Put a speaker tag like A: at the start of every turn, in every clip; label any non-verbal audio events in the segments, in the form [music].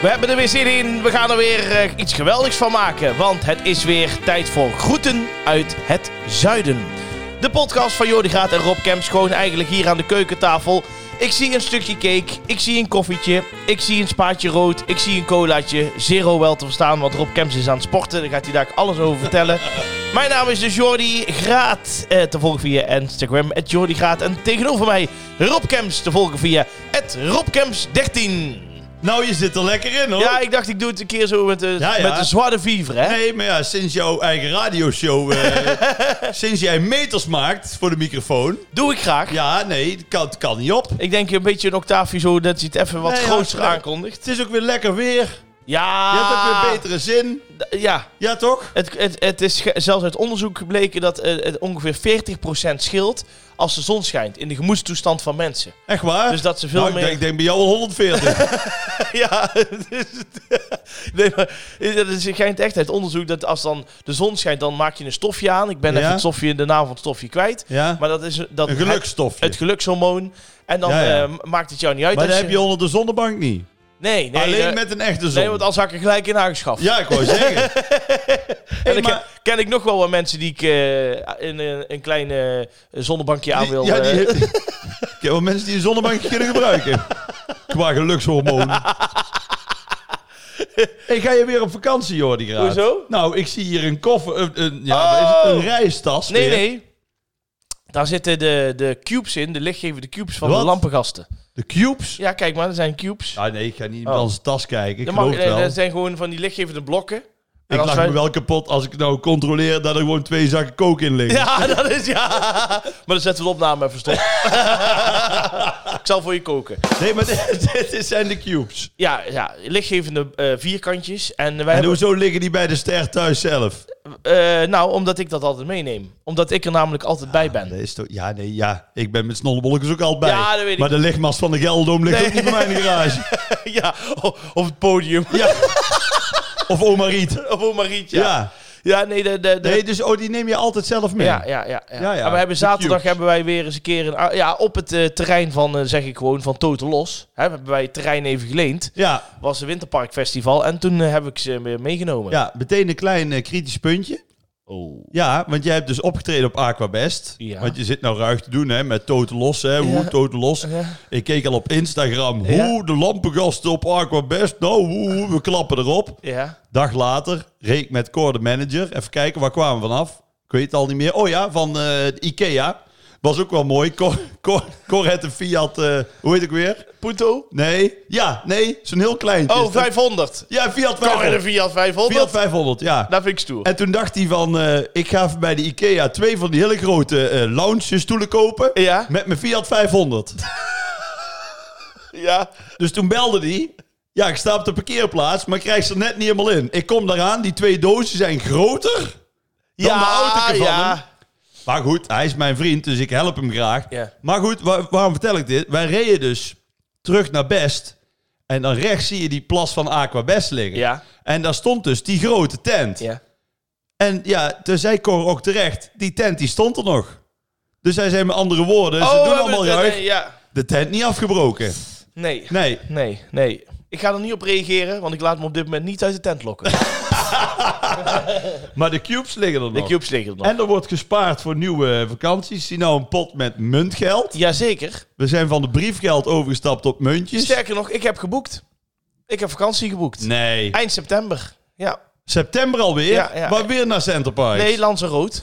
A: We hebben er weer zin in. We gaan er weer eh, iets geweldigs van maken. Want het is weer tijd voor groeten uit het zuiden. De podcast van Jordi Graat en Rob Kemps gewoon eigenlijk hier aan de keukentafel. Ik zie een stukje cake, ik zie een koffietje, ik zie een spaatje rood, ik zie een colaatje. Zero wel te verstaan, want Rob Kemps is aan het sporten. Daar gaat hij daar alles over vertellen. Mijn naam is dus Jordi Graat, eh, te volgen via Instagram, at Jordi Graat. En tegenover mij Rob Kemps, te volgen via at Rob Kemps 13.
B: Nou, je zit er lekker in hoor.
A: Ja, ik dacht ik doe het een keer zo met de,
B: Ja, ja.
A: Met de zwarte viever, hè?
B: Nee, maar ja, sinds jouw eigen
A: [laughs]
B: radioshow, eh, sinds jij meters maakt voor de microfoon.
A: Doe ik graag.
B: Ja, nee, het kan, het kan niet op.
A: Ik denk een beetje een octaafje zo dat je het even wat
B: Nee, ja,
A: groter
B: ja.
A: aankondigt.
B: Het is ook weer lekker weer.
A: Ja,
B: Je hebt ook
A: Ah.
B: weer betere zin.
A: d- ja.
B: Ja, toch?
A: Het, het, het is ge- zelfs uit onderzoek gebleken dat eh, het ongeveer 40% scheelt als de zon schijnt in de gemoedstoestand van mensen.
B: Echt waar?
A: Dus dat ze veel
B: Nou, ik
A: meer... [laughs]
B: denk, ik denk bij jou al 140.
A: Ja, het [laughs] is- nee, maar dat is- het schijnt echt uit onderzoek dat als dan de zon schijnt, dan maak je een stofje aan. Ik ben
B: Ja.
A: even het stofje, de naam van het stofje kwijt.
B: ja?
A: Maar dat is... Dat
B: Een gelukstofje.
A: het gelukshormoon. En dan
B: Ja, ja.
A: eh, maakt het jou niet uit.
B: maar dat
A: als
B: heb je onder de zonnebank niet.
A: Nee, nee.
B: Alleen
A: eh,
B: met een echte zon.
A: Nee, want anders had ik er gelijk in aangeschaft.
B: Ja, ik wou zeggen.
A: [laughs] en
B: Hey,
A: dan
B: maar-
A: ken, ken ik nog wel wat mensen die ik eh, in een, een klein eh, zonnebankje aan
B: Die-
A: wil.
B: Ja, die,
A: eh. [laughs]
B: ik heb wel mensen die een zonnebankje kunnen gebruiken. Qua gelukshormonen. hey, ga je weer op vakantie, Jordi Graat?
A: Hoezo?
B: Nou, ik zie hier een koffer... Een, een- ja, wat is
A: Oh.
B: het? Een reistas
A: nee,
B: weer.
A: nee. Daar zitten de, de cubes in, de lichtgevende cubes van de
B: Wat?
A: lampengasten.
B: De cubes?
A: Ja, kijk maar, er zijn cubes.
B: Ah, nee, ik ga niet
A: Oh.
B: naar onze tas kijken. Ik
A: dat,
B: geloof
A: mag,
B: het
A: nee,
B: wel.
A: dat zijn gewoon van die lichtgevende blokken. En
B: ik
A: als
B: lag
A: wij-
B: me wel kapot als ik nou controleer dat er gewoon twee zakken kook in
A: [laughs]
B: liggen.
A: Ja, dat is ja. [laughs] Maar dan zetten we de opname even stop. [laughs] ik zal voor je koken.
B: Nee, maar [laughs] dit, dit zijn de cubes.
A: Ja, ja lichtgevende eh, vierkantjes. En wij
B: En
A: hebben-
B: hoezo liggen die bij de ster thuis zelf?
A: Eh, nou, omdat ik dat altijd meeneem. Omdat ik er namelijk altijd bij ben.
B: Dat is toch, ja, nee, ja. Ik ben met snollebolletjes ook altijd bij.
A: Ja, dat weet ik.
B: Maar de lichtmast van de Gelderdoom ligt ook niet bij mij in
A: [laughs]
B: de garage.
A: ja, o- op het podium. [laughs]
B: Ja. of oma Riet.
A: Of op Marietje.
B: Ja.
A: Ja. ja, nee, de... de, de-
B: Nee, dus oh, die neem je altijd zelf mee.
A: ja, ja, ja, ja.
B: Ja, ja,
A: En we hebben
B: de
A: zaterdag
B: cubes.
A: hebben wij weer eens een keer een, a- ja, op het eh, terrein van, eh, zeg ik gewoon, van Total Los. Hè, we hebben wij het terrein even geleend.
B: Ja,
A: Was het Winterparkfestival. En toen eh, heb ik ze weer meegenomen.
B: ja, meteen een klein eh, kritisch puntje.
A: Oh.
B: Ja, want jij hebt dus opgetreden op Aquabest.
A: Ja.
B: Want je zit nou ruig te doen hè, met Toten Los. Hè, Hoe
A: Ja.
B: Toten Los.
A: Ja.
B: Ik keek al op Instagram.
A: Ja.
B: Hoe de lampengasten op Aquabest. Nou, hoe, hoe, we klappen erop.
A: Ja.
B: Dag later, reek met Cor de manager. Even kijken, waar kwamen we vanaf? Ik weet het al niet meer. Oh ja, van eh, de Ikea. Was ook wel mooi. Cor, Cor, Cor had een Fiat, eh, hoe heet ik weer?
A: Punto?
B: Nee, ja, nee, zo'n heel kleintje.
A: Oh, 500.
B: Ja, Fiat
A: Kan in een Fiat
B: 500.
A: 500?
B: Fiat 500, ja.
A: Dat vind ik stoer.
B: En toen dacht hij van, eh, ik ga even bij de Ikea twee van die hele grote eh lounge stoelen kopen.
A: Ja.
B: Met mijn Fiat 500.
A: Ja.
B: Dus toen belde hij. Ja, ik sta op de parkeerplaats, maar ik krijg ze er net niet helemaal in. Ik kom daaraan, die twee dozen zijn groter.
A: ja,
B: de autootje van
A: ja.
B: hem. Maar goed, hij is mijn vriend, dus ik help hem graag.
A: Ja.
B: Maar goed, wa- waarom vertel ik dit? Wij reden dus terug naar Best. En dan rechts zie je die plas van Aqua Best liggen.
A: Ja.
B: En daar stond dus die grote tent.
A: Ja.
B: En ja, toen zei Cor ook terecht, die tent die stond er nog. Dus hij zei met andere woorden, Dus ze
A: Oh, we
B: doen
A: hebben
B: allemaal
A: het-
B: ruig.
A: nee, ja.
B: De tent niet afgebroken.
A: Nee.
B: Nee,
A: Nee, nee. Ik ga er niet op reageren, want ik laat me op dit moment niet uit de tent lokken.
B: [laughs] maar de cubes liggen er
A: De
B: nog.
A: cubes liggen er nog.
B: En er wordt gespaard voor nieuwe vakanties. Zie nou een pot met muntgeld.
A: Jazeker.
B: We zijn van de briefgeld overgestapt op muntjes.
A: Sterker nog, ik heb geboekt. Ik heb vakantie geboekt.
B: Dus- Nee.
A: Eind september. Ja.
B: September alweer?
A: Ja, ja.
B: Maar weer naar Center Park.
A: Nee, Lanzarote.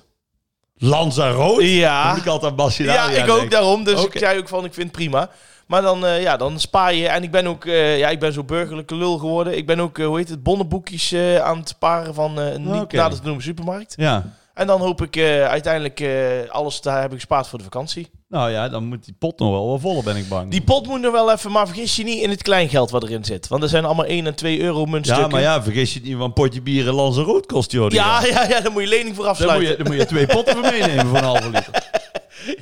B: Lanzarote? Dan
A: Ja.
B: moet ik altijd aan Bassidaria
A: Ja, ik ook
B: denken.
A: daarom. Dus
B: Oké.
A: ik zei ook van, ik vind het prima. Maar dan, eh, ja, dan spaar je. En ik ben ook, eh, ja, ik ben zo burgerlijke lul geworden. Ik ben ook, eh, hoe heet het, bonnenboekjes eh, aan het sparen van eh, een niet
B: Oké.
A: nader te noemen supermarkt.
B: Ja. En-
A: En dan hoop ik eh, uiteindelijk eh, alles te hebben gespaard voor de vakantie.
B: Nou ja, dan moet die pot nog wel wel vol, ben ik bang.
A: Die pot moet er wel even, maar vergis je niet in het kleingeld wat erin zit. Want er zijn allemaal 1 en 2 euro muntstukken.
B: ja, maar ja, vergis je het niet, want een potje bier in Lanzarote kost joh.
A: Ja, ja, ja, daar moet je lening voor
B: Daar moet,
A: afsluiten.
B: je, daar moet je twee potten voor meenemen voor een halve
A: [laughs]
B: liter.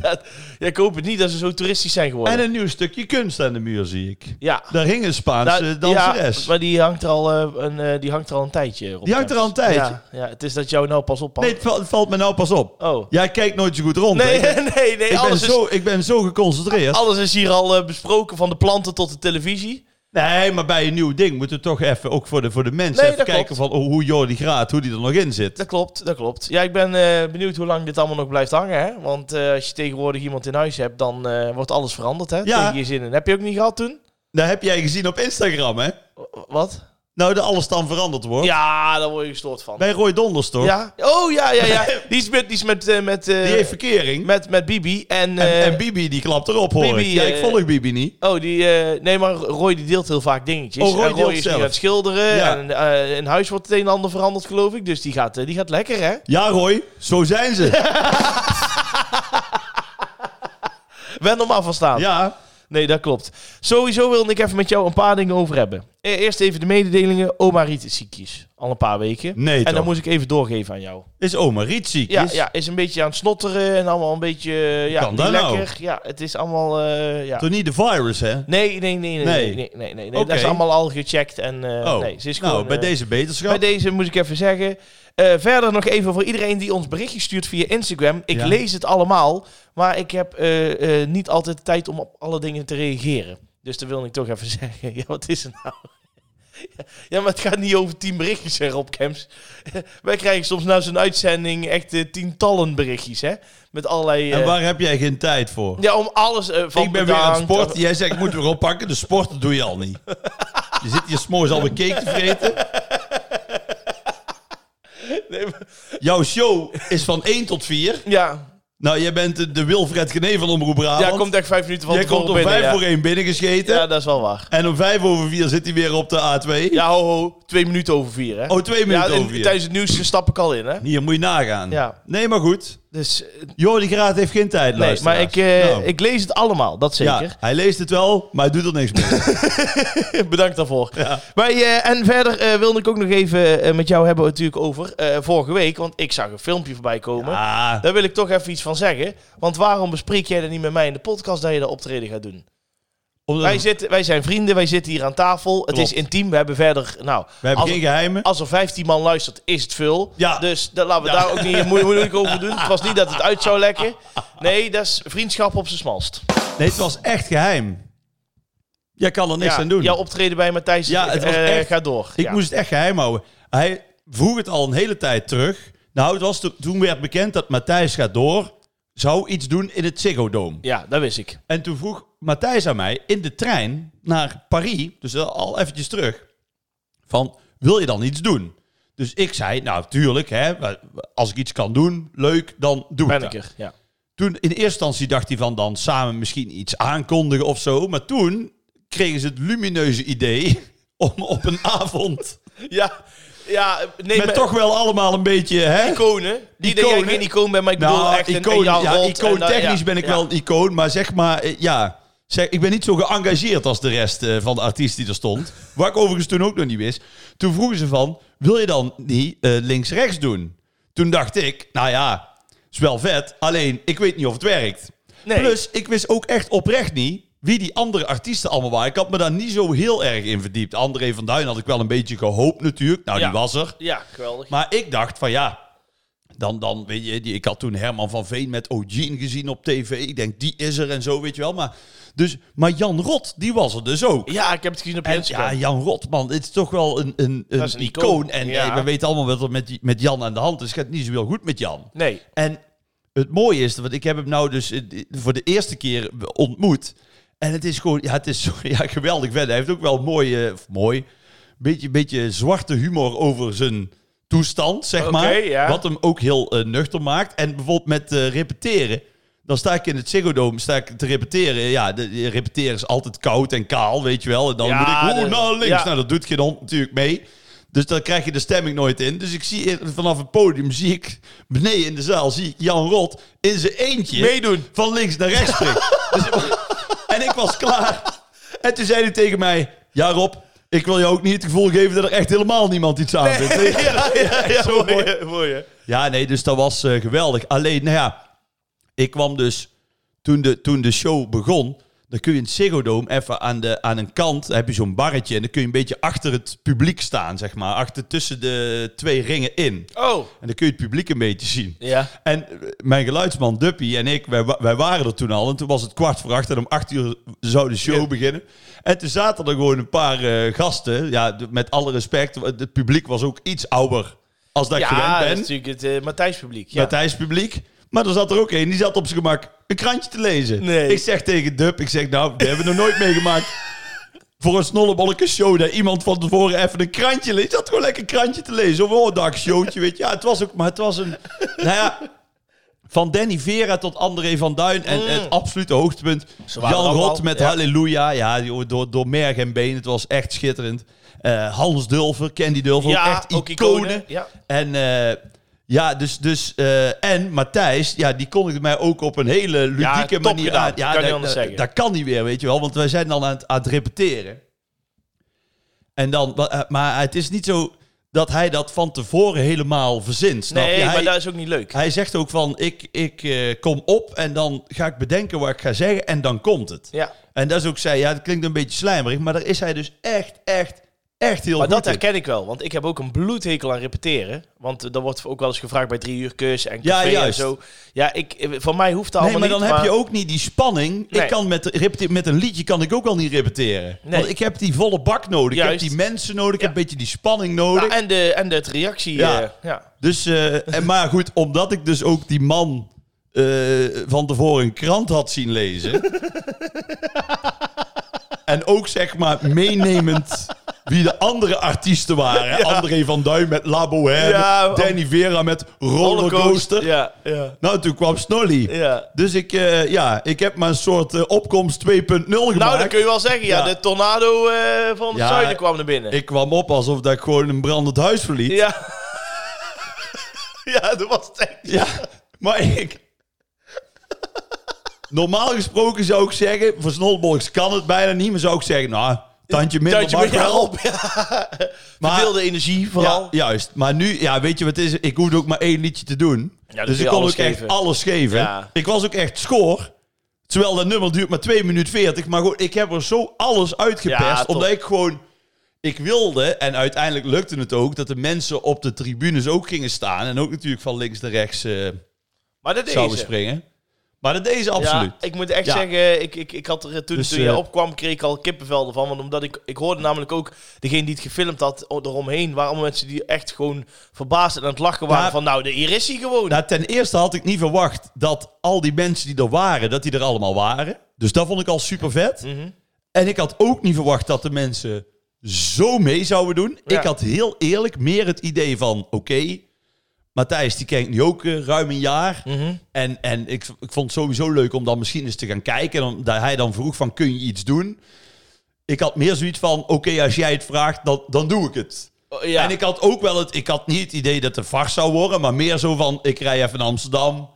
A: Ja, ja, ik hoop het niet dat ze zo toeristisch zijn geworden.
B: En een nieuw stukje kunst aan de muur, zie ik.
A: ja.
B: Daar hing een Spaanse
A: Nou,
B: danseres.
A: Ja, maar die hangt, er al, eh, een, eh, die hangt er al een tijdje. Rob
B: Die hangt er al een
A: Kemps.
B: tijdje?
A: Ja, ja, het is dat jou nou pas oppakt.
B: nee, het valt, het valt me nou pas op.
A: oh.
B: Jij kijkt nooit zo goed rond. hè?
A: Nee,
B: Ik
A: [laughs]
B: ben,
A: nee, nee.
B: ik ben
A: alles,
B: zo, ik ben zo
A: is,
B: geconcentreerd.
A: alles is hier al eh, besproken, van de planten tot de televisie.
B: Nee, maar bij een nieuw ding moeten we toch even, ook voor de, voor de mensen,
A: Nee,
B: even
A: dat
B: kijken van oh, hoe Jordi Graat, hoe die er nog in zit.
A: Dat klopt, dat klopt. Ja, ik ben eh, benieuwd hoe lang dit allemaal nog blijft hangen. Hè? Want eh, als je tegenwoordig iemand in huis hebt, dan eh, wordt alles veranderd. Hè?
B: Ja.
A: Tegen je zin in. Heb je ook niet gehad toen?
B: Dat heb jij gezien op Instagram, hè?
A: W- Wat?
B: Nou, dat alles dan veranderd wordt.
A: Ja, daar word je gestoord van.
B: Bij Roy Donders, toch?
A: Ja? Oh ja, ja, [laughs] ja. Die is met, die is met, eh, met, eh,
B: Die heeft verkering.
A: met, met Bibi. En,
B: en,
A: eh,
B: en Bibi, die klapt erop, hoor
A: Bibi,
B: ik. Ja, ik
A: eh,
B: volg Bibi niet.
A: Oh, die, eh, nee, maar Roy die deelt heel vaak dingetjes.
B: Oh, Roy
A: en Roy
B: deelt
A: is nu
B: zelf.
A: aan het schilderen.
B: Ja.
A: En eh, in huis wordt het een en ander veranderd, geloof ik. Dus die gaat, eh, die gaat lekker, hè?
B: Ja, Roy, zo
A: [laughs]
B: zijn ze.
A: Wend er maar van staan.
B: ja.
A: Nee, dat klopt. Sowieso wilde ik even met jou een paar dingen over hebben. E- Eerst even de mededelingen. Oma Riet is ziekjes. Al een paar weken.
B: Nee,
A: en
B: toch?
A: dan moest ik even doorgeven aan jou.
B: Is oma Riet ziek?
A: Ja,
B: is?
A: ja, is een beetje aan het snotteren en allemaal een beetje eh, ja,
B: Kan
A: niet
B: dat nou?
A: lekker. Ja, het is allemaal... eh, ja.
B: Toch niet de virus, hè?
A: Nee, nee, nee, nee, nee,
B: Nee.
A: nee, nee, nee.
B: Oké.
A: Dat is allemaal al gecheckt en eh,
B: oh,
A: nee, ze is
B: nou,
A: gewoon...
B: bij
A: eh,
B: deze beterschap.
A: Bij deze moet ik even zeggen. Eh, verder nog even voor iedereen die ons berichtje stuurt via Instagram. Ik
B: Ja.
A: lees het allemaal, maar ik heb eh, eh, niet altijd de tijd om op alle dingen te reageren. Dus dat wil ik toch even [laughs] zeggen. Ja, wat is er nou? [laughs] Ja, maar het gaat niet over tien berichtjes, hè, Rob Kemps. [laughs] Wij krijgen soms na zo'n uitzending echt eh, tientallen berichtjes, hè? Met allerlei... eh,
B: en waar heb jij geen tijd voor?
A: Ja, om alles eh, van
B: ik ben weer aan het
A: bedankt,
B: sporten. Jij zegt, ik moet weer oppakken. De sport doe je al niet. Je zit hier s'morgens al een cake te vreten.
A: Nee, maar-
B: Jouw show is van 1 tot 4.
A: ja,
B: Nou, jij bent de, de Wilfred Genee van Omroep Brabant.
A: ja komt echt vijf minuten van
B: jij
A: tevoren
B: komt om
A: binnen,
B: 5
A: ja.
B: voor 1 binnengescheten.
A: Ja, dat is wel waar.
B: En om 5 over 4 zit hij weer op de A2.
A: Ja, ho, ho. Twee minuten over vier, hè?
B: Oh, 2 minuten
A: ja, en
B: over 4.
A: tijdens het nieuws stap ik al in, hè?
B: Hier moet je nagaan.
A: Ja.
B: Nee, maar goed.
A: Dus eh,
B: Jordi Graat heeft geen tijd,
A: nee, maar ik, eh,
B: Nou.
A: ik lees het allemaal, dat
B: Ja,
A: zeker. [laughs]
B: hij leest het wel, maar hij doet er niks mee.
A: Bedankt daarvoor.
B: Ja.
A: Maar, eh, en verder eh, wilde ik ook nog even eh, met jou hebben natuurlijk over eh, vorige week, want ik zag een filmpje voorbij komen.
B: Ah,
A: Daar wil ik toch even iets van zeggen. Want waarom bespreek jij dat niet met mij in de podcast dat je dat optreden gaat doen?
B: omdat-
A: Wij, zitten, wij zijn vrienden, wij zitten hier aan tafel. Het
B: Klopt.
A: is intiem, we hebben verder... Nou,
B: we hebben
A: als-
B: geen geheimen.
A: als er 15 man luistert, is het veel.
B: Ja.
A: Dus dat laten we daar ook niet moe- moeilijk over
B: [laughs]
A: doen. Het was niet dat het uit zou lekken. Nee, dat is vriendschap op zijn smalst.
B: Nee, het was echt geheim. Jij kan er niks
A: ja,
B: aan doen.
A: Jouw optreden bij Matthijs
B: Ja, het was
A: eh,
B: echt-
A: gaat door.
B: ik
A: ja.
B: moest het echt geheim houden. Hij vroeg het al een hele tijd terug. Nou, het was to- toen werd bekend dat Matthijs gaat door. Zou iets doen in het Ziggo Dome.
A: ja, dat wist ik.
B: En toen vroeg Matthijs aan mij in de trein naar Parijs, dus al eventjes terug, van wil je dan iets doen? Dus ik zei, nou tuurlijk, hè, als ik iets kan doen, leuk, dan doe ik
A: Ben
B: dat.
A: ik er. Ja.
B: Toen in eerste instantie dacht hij van dan samen misschien iets aankondigen of zo, maar toen kregen ze het lumineuze idee [laughs] om op een avond
A: Ja, ja, nee,
B: met
A: maar-
B: toch wel allemaal een beetje, hè?
A: iconen. Die denken dat ik
B: Iconen.
A: geen icoon ben, maar ik bedoel echt een- een Jan
B: ja,
A: Rot en
B: icoon
A: dan-
B: technisch
A: nou ja,
B: ben ik
A: ja.
B: wel een icoon, maar zeg maar, eh, ja. Zeg, ik ben niet zo geëngageerd als de rest eh, van de artiest die er stond. Waar ik overigens toen ook nog niet wist. Toen vroegen ze van, wil je dan niet eh, links-rechts doen? Toen dacht ik, nou ja, is wel vet. Alleen, ik weet niet of het werkt.
A: Nee.
B: Plus, ik wist ook echt oprecht niet wie die andere artiesten allemaal waren. Ik had me daar niet zo heel erg in verdiept. André van Duin had ik wel een beetje gehoopt natuurlijk. Nou,
A: Ja.
B: die was er.
A: Ja, geweldig.
B: Maar ik dacht van ja, dan, dan weet je, die, ik had toen Herman van Veen met O'Gene gezien op tv. Ik denk, die is er en zo, weet je wel. Maar, dus, maar Jan Rot, die was er dus ook.
A: Ja, ik heb het gezien op
B: En
A: Instagram.
B: ja, Jan Rot, man, dit is toch wel een, een, een,
A: is een
B: icoon.
A: icoon,
B: En
A: ja.
B: eh, we weten allemaal wat er met, die- met Jan aan de hand is. Het gaat niet zo heel goed met Jan.
A: Nee,
B: En het mooie is, want ik heb hem nou dus eh, voor de eerste keer ontmoet. En het is gewoon, ja, het is [laughs] zo- ja, geweldig vent. Hij heeft ook wel mooi, eh, of mooi, beetje, beetje zwarte humor over zijn toestand, zeg
A: Oké,
B: maar.
A: ja.
B: Wat hem ook heel eh, nuchter maakt. En bijvoorbeeld met eh, repeteren. Dan sta ik in het Ziggo Dome, sta ik te repeteren. Ja, de, de repeteren is altijd koud en kaal, weet je wel. En dan
A: Ja,
B: moet ik,
A: de-
B: oh, naar links.
A: ja.
B: Nou, dat doet geen hond natuurlijk mee. Dus daar krijg je de stemming nooit in. Dus ik zie eer- vanaf het podium, zie ik beneden in de zaal, zie ik Jan Rot in zijn eentje [laughs]
A: meedoen.
B: van links naar rechts springen. Dus- en ik was klaar. En toen zei hij tegen mij, ja Rob, ik wil je ook niet het gevoel geven dat er echt helemaal niemand iets aan vindt.
A: Ja, ja, [laughs] ja,
B: zo
A: mooi,
B: mooi.
A: hè, mooi, hè.
B: Ja, nee, dus dat was eh, geweldig. Alleen, nou ja, ik kwam dus toen de, toen de show begon. Dan kun je in het Ziggo Dome even aan, de, aan een kant, heb je zo'n barretje. En dan kun je een beetje achter het publiek staan, zeg maar. Achter tussen de twee ringen in.
A: Oh.
B: En dan kun je het publiek een beetje zien.
A: Ja.
B: En eh, mijn geluidsman Duppy en ik, wij, wa- wij waren er toen al. En toen was het kwart voor acht en om acht uur zou de show
A: Ja.
B: beginnen. En toen zaten er gewoon een paar eh, gasten. Ja, d- met alle respect, wa- het publiek was ook iets ouder als dat ik
A: Ja, dat is
B: gewend ben.
A: natuurlijk het eh, Matthijs-publiek. Ja.
B: Matthijs publiek. Maar er zat er ook een, die zat op zijn gemak een krantje te lezen.
A: Nee.
B: Ik zeg tegen Dub, ik zeg nou, dat hebben we nog nooit meegemaakt.
A: [laughs]
B: Voor een snollebolleke show dat iemand van tevoren even een krantje leest. Die zat gewoon lekker een krantje te lezen. Of een dag showtje, weet je. Ja, het was ook, maar het was een... Nou ja, van Danny Vera tot André van Duin. En het absolute hoogtepunt. Jan
A: Mm. waren er ook
B: Rot
A: al,
B: met
A: ja.
B: Halleluja. Ja, die- door, door merg en been. Het was echt schitterend. Eh, Hans Dulver, Candy Dulver.
A: Ja,
B: echt
A: ook
B: iconen.
A: iconen, ja.
B: En eh, ja, dus, dus eh, en Matthijs, ja, die kondigde mij ook op een hele
A: Ja,
B: ludieke
A: top
B: manier
A: gedaan.
B: aan. Ja,
A: Kan niet
B: dat-
A: anders
B: dat-
A: zeggen.
B: Dat kan niet weer, weet je wel, want wij zijn dan aan het, aan het repeteren. En dan, wa- eh, maar het is niet zo dat hij dat van tevoren helemaal verzint. Snap
A: Nee,
B: je? Hij,
A: maar dat is ook niet leuk.
B: hij zegt ook van, ik, ik eh, kom op en dan ga ik bedenken wat ik ga zeggen en dan komt het.
A: Ja.
B: En dat is ook zij, ja, het klinkt een beetje slijmerig, maar daar is hij dus echt, echt, echt heel
A: Maar
B: goed
A: dat
B: in.
A: herken ik wel, want ik heb ook een bloedhekel aan repeteren. Want eh, dan wordt ook wel eens gevraagd bij drie uur kus en
B: Ja,
A: café en
B: juist.
A: zo. Ja, ik, eh, van mij hoeft dat
B: Nee, maar
A: allemaal
B: dan
A: niet.
B: heb je ook niet die spanning.
A: Nee.
B: Ik kan met, repete- met een liedje kan ik ook al niet repeteren.
A: Nee.
B: Want ik heb die volle bak nodig.
A: Juist.
B: Ik heb die mensen nodig. Ik
A: Ja. Nou,
B: heb een beetje die spanning nodig.
A: Ja, en, de, en de reactie.
B: Ja.
A: eh, ja.
B: Dus, eh, en maar goed, omdat ik dus ook die man eh, van tevoren een krant had zien lezen.
A: [laughs]
B: en ook zeg maar meenemend wie de andere artiesten waren. André van Duin met La Bohème.
A: Ja,
B: Danny Vera met Rollercoaster.
A: Ja, ja,
B: Nou, toen kwam Snolly.
A: ja.
B: Dus ik, eh, ja, ik heb maar een soort eh, opkomst 2.0 gemaakt.
A: Nou, dat kun je wel zeggen. Ja,
B: Ja.
A: de tornado eh, van het
B: Ja,
A: zuiden kwam naar binnen.
B: Ik kwam op alsof dat ik gewoon een brandend huis verliet. Ja,
A: Ja.
B: [laughs]
A: ja, dat was het echt.
B: maar ik... Normaal gesproken zou ik zeggen, voor Snollebolks kan het bijna niet, maar zou ik zeggen, nou, tandje minder
A: Duitje
B: mag
A: met jou
B: wel.
A: op. Ja.
B: Maar-
A: Verdeelde energie vooral.
B: Ja, juist. Maar nu, ja, weet je wat het is? Ik hoefde ook maar één liedje te doen.
A: dan kun
B: dus
A: je
B: ik kon ook
A: alles
B: echt
A: geven.
B: alles geven.
A: Ja.
B: Ik was ook echt scoor. Terwijl dat nummer duurt maar 2 minuten 40. Maar goed, ik heb er zo alles uitgepest.
A: Ja, top.
B: omdat ik gewoon... Ik wilde, en uiteindelijk lukte het ook... dat de mensen op de tribunes ook gingen staan. En ook natuurlijk van links naar rechts eh,
A: Maar dat deed
B: zouden
A: ze.
B: springen. Maar dat deze absoluut.
A: Ja, ik moet echt
B: Ja.
A: zeggen, ik, ik, ik had er eh, toen,
B: Dus,
A: toen jij
B: eh,
A: opkwam, kreeg ik al kippenvel ervan. Want omdat ik, ik hoorde namelijk ook degene die het gefilmd had o- eromheen, waren allemaal mensen die echt gewoon verbaasd en aan het lachen waren.
B: Ja.
A: van nou, de, hier is hij gewoon.
B: Nou, ten eerste had ik niet verwacht dat al die mensen die er waren... dat die er allemaal waren. Dus dat vond ik al super vet.
A: Mhm.
B: En ik had ook niet verwacht dat de mensen zo mee zouden doen.
A: Ja.
B: Ik had heel eerlijk meer het idee van: oké, Matthijs die kijkt nu ook eh, ruim een jaar.
A: Mhm.
B: En, en ik, ik vond het sowieso leuk om dan misschien eens te gaan kijken. En om- dat hij dan vroeg van, kun je iets doen? Ik had meer zoiets van, oké, als jij het vraagt, dan, dan doe ik het.
A: Oh, ja.
B: En ik had ook wel het, ik had niet het idee dat het vars zou worden, maar meer zo van, ik rij even naar Amsterdam,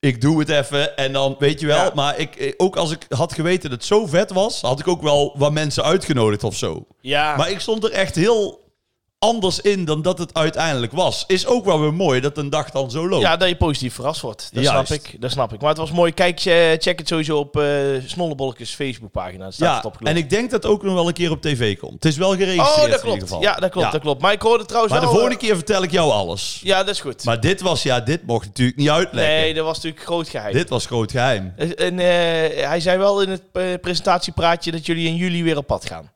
B: ik doe het even en dan weet je wel.
A: Ja.
B: Maar ik, eh, ook als ik had geweten dat het zo vet was, had ik ook wel wat mensen uitgenodigd of zo.
A: ja.
B: Maar ik stond er echt heel anders in dan dat het uiteindelijk was. Is ook wel weer mooi dat een dag dan zo loopt.
A: ja, dat je positief verrast wordt. Dat
B: Juist.
A: snap ik. Dat snap ik. Maar het was mooi. Kijk, eh, check het sowieso op eh Snollebolkes Facebookpagina. Daar staat het
B: Ja,
A: opgelopen.
B: en ik denk dat het ook nog wel een keer op tv komt. Het is wel geregistreerd
A: Oh, dat
B: in ieder
A: klopt.
B: geval.
A: Ja, dat klopt, dat klopt. Maar ik hoorde trouwens
B: Maar de
A: wel,
B: volgende
A: eh,
B: keer vertel ik jou alles.
A: Ja, dat is goed.
B: Maar dit was, ja, dit mocht natuurlijk niet uitleggen.
A: nee, dat was natuurlijk groot geheim.
B: Dit was groot geheim.
A: En eh, hij zei wel in het eh, presentatiepraatje dat jullie in juli weer op pad gaan.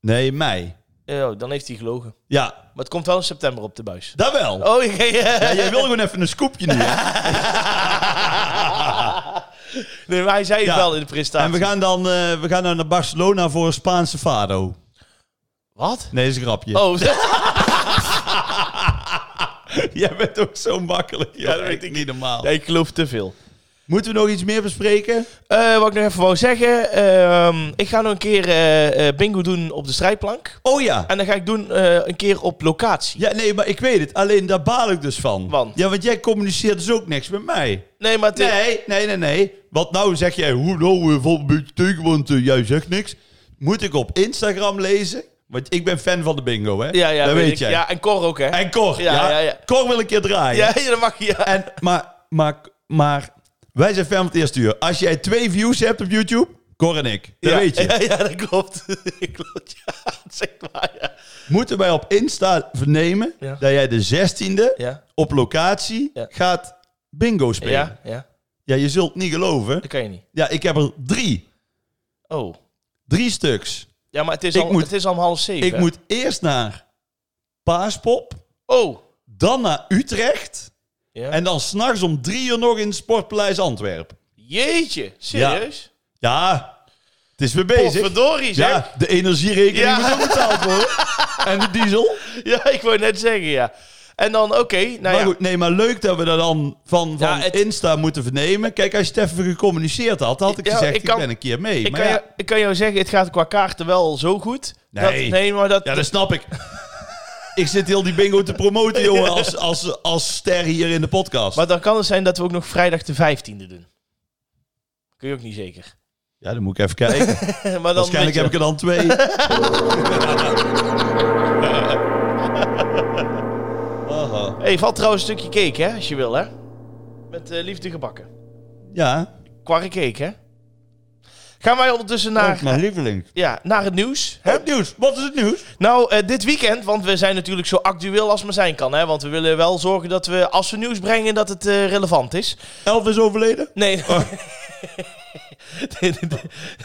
B: Nee, mei.
A: Eh, oh, dan heeft hij gelogen.
B: Ja,
A: Maar het komt wel in september op de buis.
B: dat wel.
A: Oh, [laughs] ja, ja.
B: Ja, jij wil gewoon even een
A: [laughs]
B: scoopje nu, hè?
A: Nee, maar hij zei het
B: Ja.
A: wel in de presentatie.
B: En we gaan dan eh, we gaan dan naar Barcelona voor een Spaanse fado.
A: Wat?
B: Nee, is een grapje.
A: Oh,
B: [laughs]
A: [laughs]
B: Jij bent ook zo makkelijk. joh.
A: Ja, dat weet ik
B: niet normaal.
A: nee, ik geloof te veel.
B: Moeten we nog iets meer bespreken?
A: Eh, wat ik nog even wou zeggen. ehm, ik ga nog een keer eh, eh, bingo doen op de strijdplank.
B: Oh ja.
A: En dan ga ik doen eh, een keer op locatie.
B: Ja, nee, maar ik weet het. Alleen daar baal ik dus van.
A: Want?
B: Ja, want jij communiceert dus ook niks met mij.
A: Nee, maar het-
B: Nee, nee, nee, nee. Want nou zeg jij, hoe nou, eh, valt een beetje tegen, want eh, jij zegt niks. Moet ik op Instagram lezen? Want ik ben fan van de bingo, hè?
A: Ja, ja,
B: dat weet,
A: ik.
B: jij.
A: Ja, en Cor ook, hè?
B: En Cor,
A: Ja,
B: ja,
A: ja, ja.
B: Cor wil een keer draaien.
A: ja, [laughs] ja, dat mag je. Ja.
B: En, maar, maar, maar wij zijn fan van het eerste uur. Als jij twee views hebt op YouTube, Cor en ik. Dat
A: ja,
B: weet je.
A: Ja, ja, dat klopt. [laughs] klopt, ja. [laughs] Dat is echt waar, ja.
B: Moeten wij op Insta vernemen
A: Ja.
B: dat jij de 16e
A: Ja,
B: op locatie
A: Ja.
B: gaat bingo spelen? Ja.
A: ja, ja.
B: je zult niet geloven.
A: Dat kan je niet.
B: Ja, ik heb er drie.
A: Oh.
B: Drie stuks.
A: Ja, maar het is,
B: Ik
A: al,
B: moet-
A: het is al om half zeven.
B: Ik moet eerst naar Paaspop,
A: Oh.
B: dan naar Utrecht
A: Ja.
B: en dan s'nachts om drie uur nog in Sportpaleis Antwerpen.
A: Jeetje, serieus?
B: Ja, het is weer
A: Ja.
B: bezig.
A: Verdorie zeg. Ja. [laughs]
B: Ja, de energierekening
A: Ja.
B: moet ook betaald worden.
A: [laughs]
B: en de diesel.
A: ik wou net zeggen, ja. En dan, oké, nou
B: maar
A: ja.
B: goed, nee, maar leuk dat we dat dan van, van
A: Ja, het-
B: Insta moeten vernemen. Kijk, als je het even gecommuniceerd had, had ik
A: Ja,
B: gezegd,
A: ik
B: ik,
A: kan-
B: ben een keer mee.
A: Ik
B: maar
A: kan,
B: ja,
A: jou, ik kan jou zeggen, het gaat qua kaarten wel zo goed. dat-
B: Nee.
A: nee, maar dat...
B: ja, dat snap ik. ik zit heel die bingo te promoten,
A: [laughs]
B: jongen, als, als, als ster hier in de podcast.
A: Maar dan kan het zijn dat we ook nog vrijdag de 15e doen. Kun je ook niet zeker. [laughs]
B: ja, dan moet ik even kijken.
A: maar [laughs] dan weet
B: Waarschijnlijk
A: je-
B: heb ik er
A: [laughs]
B: dan twee. Aha.
A: hey, valt trouwens een stukje cake, hè, als je wil, hè? Met eh, liefde gebakken.
B: Ja,
A: Kwarre cake, hè? Gaan wij ondertussen naar,
B: ook mijn lieveling.
A: ja, naar het nieuws.
B: Het nieuws, wat is het nieuws?
A: Nou, eh, dit weekend, want we zijn natuurlijk zo actueel als maar zijn kan. Hè? Want we willen wel zorgen dat we, als we nieuws brengen, dat het eh, relevant is.
B: Elf is overleden.
A: Nee. [laughs]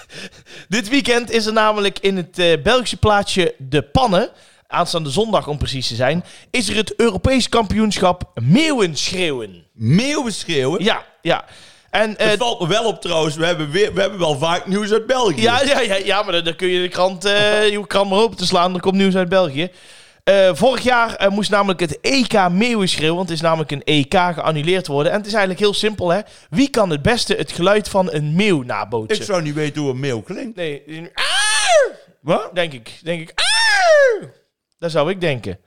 A: dit weekend is er namelijk in het eh, Belgische plaatsje De Pannen, aanstaande zondag om precies te zijn, is er het Europees kampioenschap Meeuwenschreeuwen.
B: Meeuwen schreeuwen.
A: Ja, ja. En, eh,
B: het valt me wel op trouwens, we hebben, weer, we hebben wel vaak nieuws uit België.
A: ja, ja, ja, ja, maar dan, dan kun je de krant, eh je krant maar open te slaan, er komt nieuws uit België. Eh, vorig jaar eh, moest namelijk het EK Meeuwenschreeuw, want het is namelijk een EK geannuleerd worden. En het is eigenlijk heel simpel, hè. Wie kan het beste het geluid van een meeuw nabootsen?
B: Ik zou niet weten hoe een meeuw klinkt.
A: Nee, die- Auw!
B: Wat?
A: denk ik. Denk ik. Auw! Dat zou ik denken.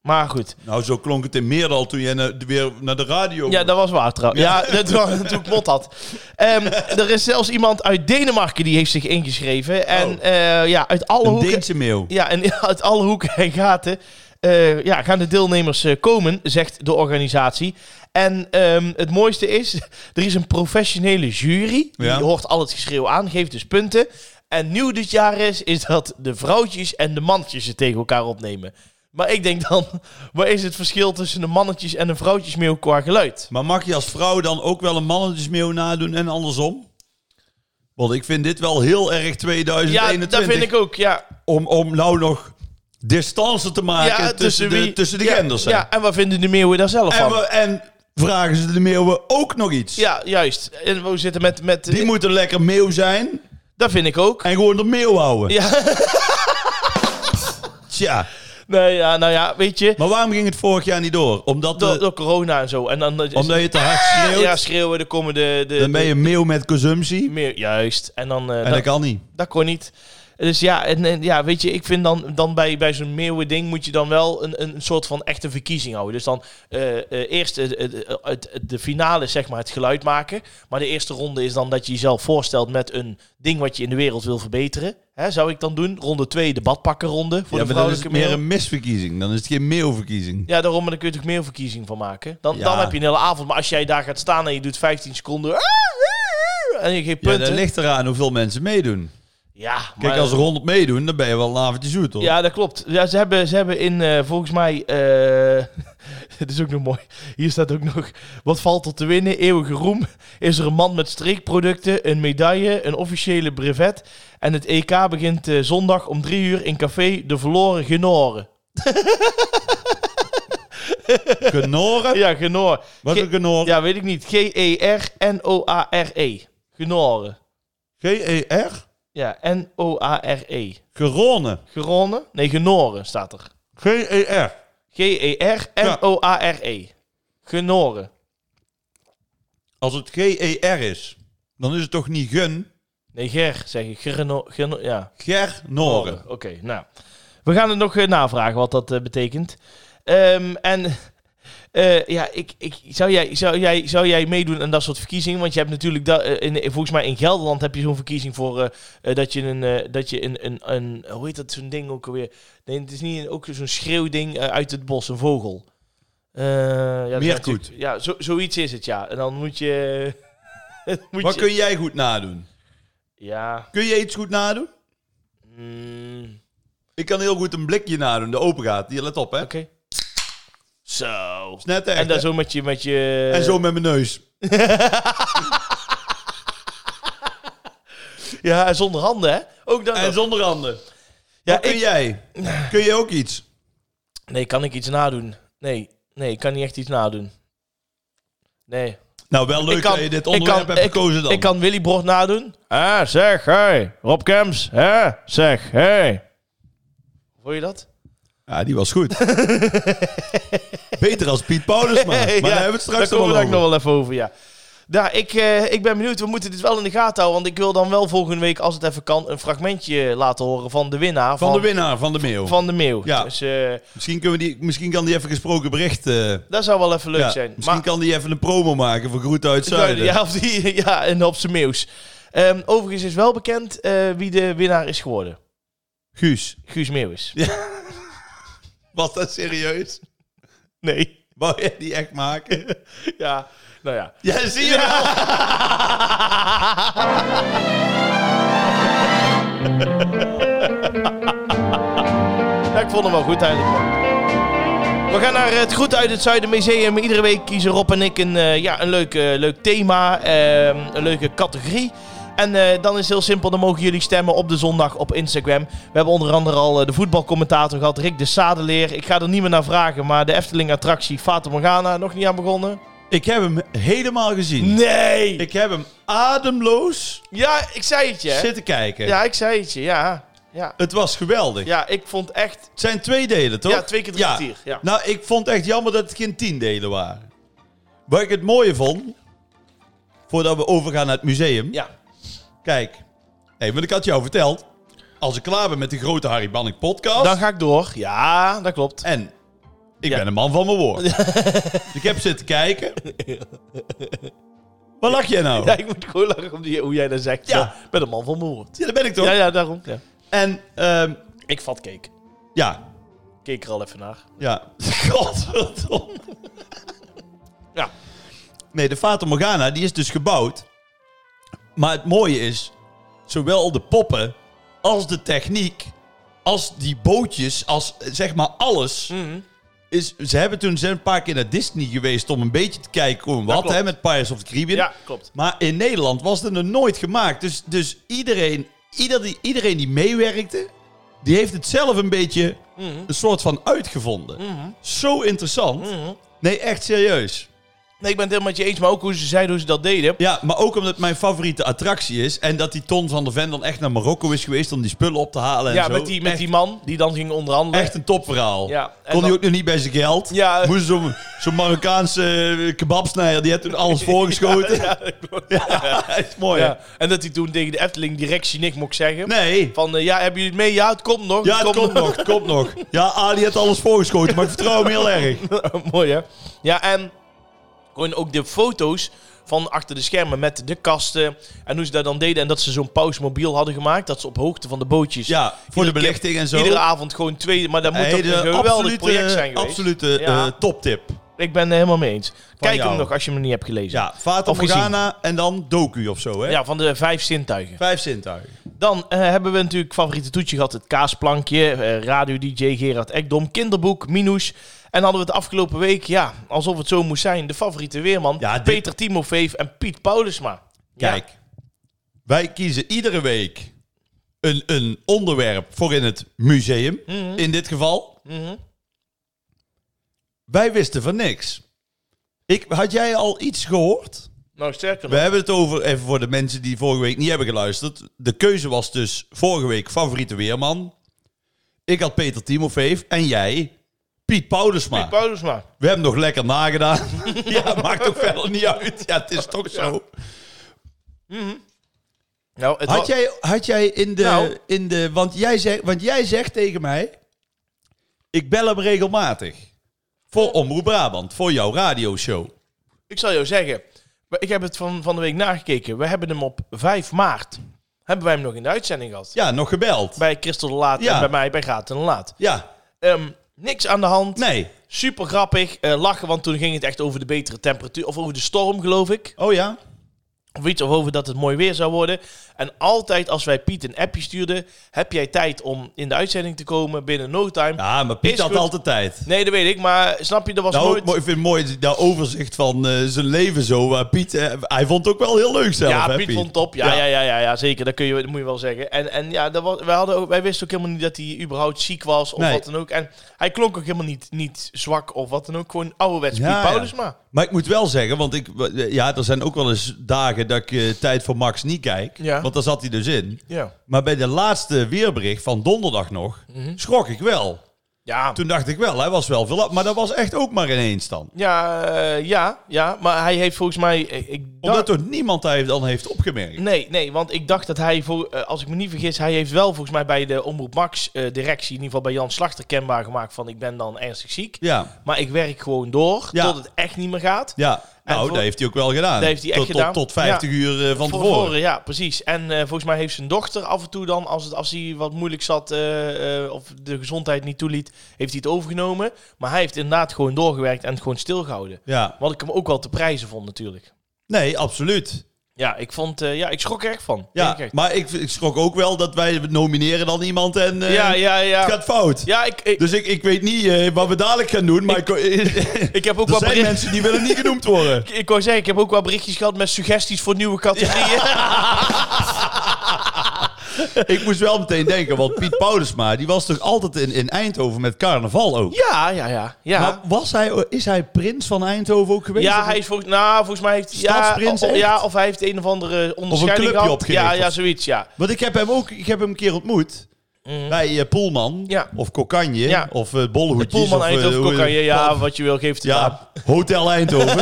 A: Maar goed.
B: Nou, zo klonk het in Meerdal toen je na- weer naar de radio...
A: Ja, dat was waar trouwens. Ja, dat was [laughs] toen ik mot had. Ehm, er is zelfs iemand uit Denemarken die heeft zich ingeschreven. En
B: Oh.
A: eh, ja, uit alle
B: een
A: hoeken...
B: Deense meeuw.
A: Ja, en [laughs] uit alle hoeken en gaten eh, ja, gaan de deelnemers eh, komen, zegt de organisatie. En ehm, het mooiste is, [laughs] er is een professionele jury. Die
B: Ja.
A: hoort al het geschreeuw aan, geeft dus punten. En nieuw dit jaar is, is dat de vrouwtjes en de mannetjes het tegen elkaar opnemen. Maar ik denk dan, [laughs] wat is het verschil tussen een mannetjes en een vrouwtjesmeeuw qua geluid?
B: Maar mag je als vrouw dan ook wel een mannetjesmeeuw nadoen en andersom? Want ik vind dit wel heel erg
A: Ja,
B: 2021.
A: dat vind ik ook, ja.
B: om, om nou nog distance te maken
A: ja
B: Ah, tussen, de, tussen de
A: ja,
B: genders. hè.
A: Ja, en wat vinden de meeuwen daar zelf
B: en,
A: van?
B: we, en vragen ze de meeuwen ook nog iets?
A: Ja, juist. En we zitten met... met eh,
B: Die moeten lekker meeuw zijn
A: dat vind ik ook.
B: en gewoon de meeuw houden.
A: Ja,
B: [laughs] Tja,
A: nee, ja, nou ja, weet je,
B: maar waarom ging het vorig jaar niet door? Omdat, de-
A: door, door corona en zo. En dan is-
B: omdat je te hard schreeuwt,
A: ja, schreeuwen, dan komen de... de
B: dan ben je meeuw met
A: de-
B: consumptie.
A: meer, juist, en dan... eh,
B: En
A: dat,
B: dat kan niet.
A: dat kon niet. Dus ja, en, en ja, weet je, ik vind dan, dan bij, bij zo'n meeuwen ding moet je dan wel een, een, een soort van echte verkiezing houden. Dus dan eh, eh, eerst eh, eh, eh, het- het- de finale, zeg maar, het geluid maken. Maar de eerste ronde is dan dat je jezelf voorstelt met een ding wat je in de wereld wil verbeteren. Hè, zou ik dan doen. Ronde 2, de badpakkenronde voor
B: Ja,
A: de
B: maar dan is
A: vrouwelijke
B: het
A: meeuw.
B: meer een misverkiezing. Dan is het geen meeuwverkiezing.
A: Ja, daarom, maar dan kun je toch meer verkiezing van maken. Dan,
B: Ja.
A: dan heb je een hele avond. Maar als jij daar gaat staan en je doet 15 seconden... ah, En je geeft
B: Ja,
A: punten.
B: dat ligt eraan hoeveel mensen meedoen.
A: Ja,
B: Kijk,
A: maar-
B: als er 100 meedoen, dan ben je wel een avondje zoet, hoor.
A: Ja, dat klopt. Ja, ze, hebben, ze hebben in, eh, volgens mij... eh [laughs] dit is ook nog mooi. Hier staat ook nog... Wat valt er te winnen? Eeuwige roem. Is er een man met streekproducten, een medaille, een officiële brevet. En het EK begint eh, zondag om drie uur in café De Verloren Genoren. [laughs]
B: Genoren?
A: Ja, Genoren.
B: Wat
A: Ge-
B: een genoren?
A: Ja, weet ik niet. E G-E-R-N-O-A-R-E. Genoren.
B: E G-E-R?
A: Ja, N-O-A-R-E.
B: Geronen.
A: Geronen? E. Nee, genoren staat er. E
B: G-E-R.
A: G-E-R-N-O-A-R-E. E. Genoren.
B: Als het G-E-R is, dan is het toch niet gun,
A: Nee, ger, zeg ik. Gerno, gerno, ja.
B: gernoren.
A: Oké, nou. We gaan het nog eh, navragen wat dat eh, betekent. Ehm, en eh, ja, ik, ik, zou, jij, zou, jij, zou jij meedoen aan dat soort verkiezingen? Want je hebt natuurlijk, dat, eh, in, volgens mij in Gelderland heb je zo'n verkiezing voor eh, eh, dat je, een, eh, dat je een, een, een, hoe heet dat zo'n ding ook alweer? Nee, het is niet een- ook zo'n schreeuwding eh, uit het bos, een vogel. Eh, ja, dat
B: Meerkoet.
A: gaat natuurlijk- Ja, zo, zoiets is het, ja. En dan [laughs] moet je... moet
B: Wat
A: je-
B: kun jij goed nadoen?
A: Ja.
B: Kun je iets goed nadoen?
A: Mm,
B: Ik kan heel goed een blikje nadoen, de open gaat. Die let op, hè?
A: Oké. Zo.
B: Is net echt,
A: En dan
B: hè?
A: zo met je... Met je...
B: en zo met mijn neus.
A: Ja, en zonder handen, hè? Ook dan.
B: En zonder handen.
A: ja,
B: Wat kun
A: ik...
B: jij? [clears throat] Kun je ook iets?
A: Nee, kan ik iets nadoen? Nee. Nee, ik kan niet echt iets nadoen. Nee.
B: Nou, wel leuk
A: ik kan,
B: dat je dit
A: ik kan-
B: onderwerp hebt
A: ik-
B: gekozen dan.
A: Ik kan Willy Brocht nadoen. Ah, zeg, hé. Rob Kems, hé. Zeg, hé. Hoor je dat?
B: Ja, die
A: [laughs]
B: was goed. Beter als Piet Paulusma. Oh, dus Maar
A: Ja,
B: daar hebben we het straks
A: daar
B: nog
A: komen
B: wel
A: we daar nog
B: over.
A: wel even over, ja. Ja, ik, eh, ik ben benieuwd. We moeten dit wel in de gaten houden. Want ik wil dan wel volgende week, als het even kan, een fragmentje laten horen van de winnaar.
B: Van de winnaar van de mail.
A: Van de meeuw.
B: Ja.
A: Dus eh,
B: Misschien, kunnen we die, misschien kan die even gesproken bericht... eh,
A: dat zou wel even leuk
B: ja,
A: zijn.
B: Misschien kan die even een promo maken voor Groet uit Zuiden.
A: Ja, of die, [laughs] ja en op zijn meeuws. Ehm, overigens is wel bekend eh, wie de winnaar is geworden.
B: Guus,
A: Guus Meeuwis.
B: was dat serieus?
A: Nee. [laughs]
B: Wou jij die echt maken?
A: Ja, nou ja.
B: Ja, zie je wel.
A: Ja, ik vond hem wel goed eigenlijk. We gaan naar het Goed uit het Zuiden Museum. Iedere week kiezen Rob en ik een, eh, ja, een leuk, eh, leuk thema, ehm, een leuke categorie. En eh, dan is het heel simpel, dan mogen jullie stemmen op de zondag op Instagram. We hebben onder andere al eh, de voetbalcommentator gehad, Rick de Sadeleer. Ik ga er niet meer naar vragen, maar de Efteling-attractie Fata Morgana, nog niet aan begonnen?
B: Ik heb hem helemaal gezien.
A: Nee!
B: Ik heb hem ademloos
A: ja, ik zei het je. hè?
B: zitten kijken.
A: Ja, ik zei het je, ja. Ja,
B: Het was geweldig.
A: ja ik vond echt...
B: Het zijn twee delen, toch?
A: Ja, twee keer drie kwartier. Ja.
B: Nou, ik vond echt jammer dat het geen tien delen waren. Wat ik het mooie vond, voordat we overgaan naar het museum.
A: ja.
B: Kijk, hey, want ik had jou verteld, als ik klaar ben met de grote Harry Banning podcast...
A: Dan ga ik door. Ja, dat klopt.
B: En ik
A: Ja.
B: ben een man van mijn
A: [laughs]
B: woord. ik heb zitten kijken. Waar lach jij nou?
A: Ja,
B: Ja,
A: ik moet gewoon lachen om die, hoe jij dat zegt.
B: Ja.
A: Ja. Met een man van mijn woord.
B: dat ben ik toch?
A: Ja, ja, daarom. Ja.
B: En, ehm,
A: Ik vat cake.
B: ja,
A: Keek er al even naar.
B: ja. [laughs] Godverdomme.
A: Ja.
B: Nee, de Fata Morgana die is dus gebouwd. Maar het mooie is, zowel de poppen als de techniek, als die bootjes, als eh, zeg maar alles.
A: Mhm.
B: Is, ze hebben toen zijn een paar keer naar Disney geweest om een beetje te kijken hoe en wat
A: klopt.
B: hè, met Pirates of the Caribbean.
A: Ja, klopt.
B: Maar in Nederland was het er nooit gemaakt. Dus, dus iedereen, ieder die, iedereen die meewerkte, die heeft het zelf een beetje
A: Mhm.
B: een soort van uitgevonden. Zo interessant.
A: Mhm.
B: Nee, echt serieus.
A: Nee, ik ben het helemaal met je eens, maar ook hoe ze zeiden hoe ze dat deden.
B: Ja, maar ook omdat het mijn favoriete attractie is. En dat die Ton van der Ven dan echt naar Marokko is geweest om die spullen op te halen. En
A: Ja,
B: zo.
A: met, die, met
B: echt,
A: die man die dan ging onderhandelen.
B: echt een topverhaal.
A: Ja, en
B: Kon hij
A: dan-
B: ook nog niet bij zijn geld.
A: Ja.
B: Moest zo'n zo'n Marokkaanse eh, kebabsnijder, die heeft toen
A: [laughs]
B: alles voorgeschoten. Ja, dat is mooi. hè?
A: oh Ja. En dat hij toen tegen de Efteling direct cyniek mocht zeggen.
B: Nee.
A: Van, eh, ja, hebben jullie het mee? Ja, het komt nog.
B: Ja, het komt nog, het komt nog. Ja, Ali heeft alles voorgeschoten, maar ik vertrouw hem heel erg.
A: [laughs] Mooi, hè? Ja, en gewoon ook de foto's van achter de schermen met de kasten en hoe ze dat dan deden. En dat ze zo'n pausmobiel hadden gemaakt, dat ze op hoogte van de bootjes...
B: Ja, voor de belichting en zo.
A: Iedere avond gewoon twee, maar dat moet
B: Hey,
A: toch
B: de
A: een geweldig
B: absolute,
A: project zijn geweest.
B: Absolute
A: Ja.
B: eh, toptip.
A: Ik ben er helemaal mee eens. Kijk
B: jou.
A: hem nog als je hem nog niet hebt gelezen.
B: Ja, Fata
A: Of gezien.
B: Morgana en dan Doku of zo, hè?
A: Ja, van de vijf zintuigen.
B: Vijf zintuigen.
A: Dan eh, hebben we natuurlijk favoriete toetje gehad. Het kaasplankje, eh, radio-dj Gerard Ekdom, kinderboek, Minous. En hadden we het afgelopen week, ja, alsof het zo moest zijn, de favoriete weerman.
B: Ja, dit-
A: Peter Timofeef en Piet Paulusma. Ja.
B: Kijk, wij kiezen iedere week een, een onderwerp voor in het museum,
A: Mhm.
B: in dit geval. Wij wisten van niks. Ik, had jij al iets gehoord?
A: Nou, sterker
B: We
A: nog.
B: hebben het over, even voor de mensen die vorige week niet hebben geluisterd. De keuze was dus vorige week favoriete weerman. Ik had Peter Timofeef en jij Piet Paulusma.
A: Piet Paulusma.
B: We hebben nog lekker nagedaan. [laughs] ja, maakt ook verder niet uit. Ja, het is toch zo.
A: Nou, het
B: Had
A: wa-
B: jij, had jij in de...
A: Nou.
B: In de want, jij zegt, want jij zegt tegen mij... Ik bel hem regelmatig. Voor Omroep Brabant. Voor jouw radioshow.
A: Ik zal jou zeggen, we- ik heb het van, van de week nagekeken. We hebben hem op 5 maart, hebben wij hem nog in de uitzending gehad.
B: Ja, nog gebeld.
A: Bij Christel de Laat
B: Ja.
A: en bij mij bij Gaat en de Laat.
B: Ja,
A: Ehm, niks aan de hand.
B: nee.
A: Super grappig. eh, lachen, want toen ging het echt over de betere temperatuur. Of over de storm, geloof ik.
B: Oh ja?
A: Of iets of over dat het mooi weer zou worden. En altijd als wij Piet een appje stuurden... heb jij tijd om in de uitzending te komen binnen no time.
B: Ja, maar Piet
A: Is
B: had
A: goed.
B: altijd tijd.
A: Nee, dat weet ik. Maar snap je, er was
B: Nou,
A: nooit...
B: ik mo- ik vind het mooi dat overzicht van eh, zijn leven zo. waar Piet, eh, hij vond het ook wel heel leuk zelf.
A: Ja,
B: hè,
A: Piet vond top. Ja,
B: Ja.
A: ja. Ja, ja, ja, zeker. Dat, kun je, dat moet je wel zeggen. En, en ja, dat was, wij, hadden ook, wij wisten ook helemaal niet dat hij überhaupt ziek was of
B: Nee.
A: wat dan ook. En hij klonk ook helemaal niet, niet zwak of wat dan ook. Gewoon ouderwets
B: Ja,
A: Piet
B: ja.
A: Paulus maar.
B: Maar ik moet wel zeggen, want ik, ja, er zijn ook wel eens dagen dat ik eh, tijd voor Max niet kijk.
A: Ja.
B: Want daar zat hij dus in.
A: Ja.
B: Maar bij de laatste weerbericht van donderdag nog,
A: Mhm.
B: schrok ik wel.
A: Ja,
B: Toen dacht ik wel, hij was wel veel... Maar dat was echt ook maar ineens dan.
A: ja, eh, ja, ja. Maar hij heeft volgens mij... eh, Ik, ik dacht-
B: Omdat toch niemand hij dan heeft opgemerkt.
A: Nee, nee, want ik dacht dat hij, voor, eh, als ik me niet vergis, hij heeft wel volgens mij bij de Omroep Max eh, directie, in ieder geval bij Jan Slachter, kenbaar gemaakt van ik ben dan ernstig ziek.
B: Ja,
A: Maar ik werk gewoon door
B: Ja.
A: tot het echt niet meer gaat.
B: ja.
A: En
B: nou,
A: voor-
B: dat heeft hij ook wel gedaan.
A: Dat heeft hij echt
B: tot, tot-
A: gedaan.
B: Tot, 50 uur eh, van tevoren.
A: Ja, precies. En eh, volgens mij heeft zijn dochter af en toe dan, als, het, als hij wat moeilijk zat eh, eh, of de gezondheid niet toeliet, heeft hij het overgenomen. Maar hij heeft inderdaad gewoon doorgewerkt en het gewoon stilgehouden.
B: Ja.
A: Wat ik hem ook wel te prijzen vond natuurlijk.
B: Nee, absoluut.
A: Ja, ik, vond, eh, ja, ik schrok er echt van.
B: Ja,
A: Denk ik echt.
B: maar ik, ik schrok ook wel dat wij nomineren dan iemand en eh,
A: ja, ja,
B: het
A: ja.
B: gaat fout.
A: Ja, ik, ik,
B: Dus ik, ik weet niet eh, wat we dadelijk gaan doen, maar ik, [laughs] er
A: ik heb ook
B: zijn
A: wat bericht-
B: mensen die willen niet genoemd worden.
A: [laughs] Ik, ik wou zeggen, ik heb ook wel berichtjes gehad met suggesties voor nieuwe categorieën.
B: ik moest wel meteen denken, want Piet Paulusma, die was toch altijd in, in Eindhoven met carnaval ook?
A: [laughs] Ja, ja, ja. Ja,
B: Maar was hij, is hij prins van Eindhoven ook geweest?
A: ja
B: Of-
A: hij is volgens, nou, volgens mij heeft hij... Ja,
B: Stadsprins
A: o- o-
B: echt?
A: ja, of hij heeft een of andere onderscheiding
B: clubje
A: gehad.
B: opgericht
A: Ja,
B: of-
A: ja, zoiets, ja.
B: Want ik heb hem ook ik heb hem een keer ontmoet. Bij eh, Poelman,
A: Mhm. Ja.
B: of Kokanje,
A: Ja.
B: of eh, Bollehoedjes.
A: Poelman
B: of, eh,
A: Eindhoven,
B: hoe-
A: Kokanje, ja, wat je wil, geeft het aan.
B: Ja, Hotel Eindhoven.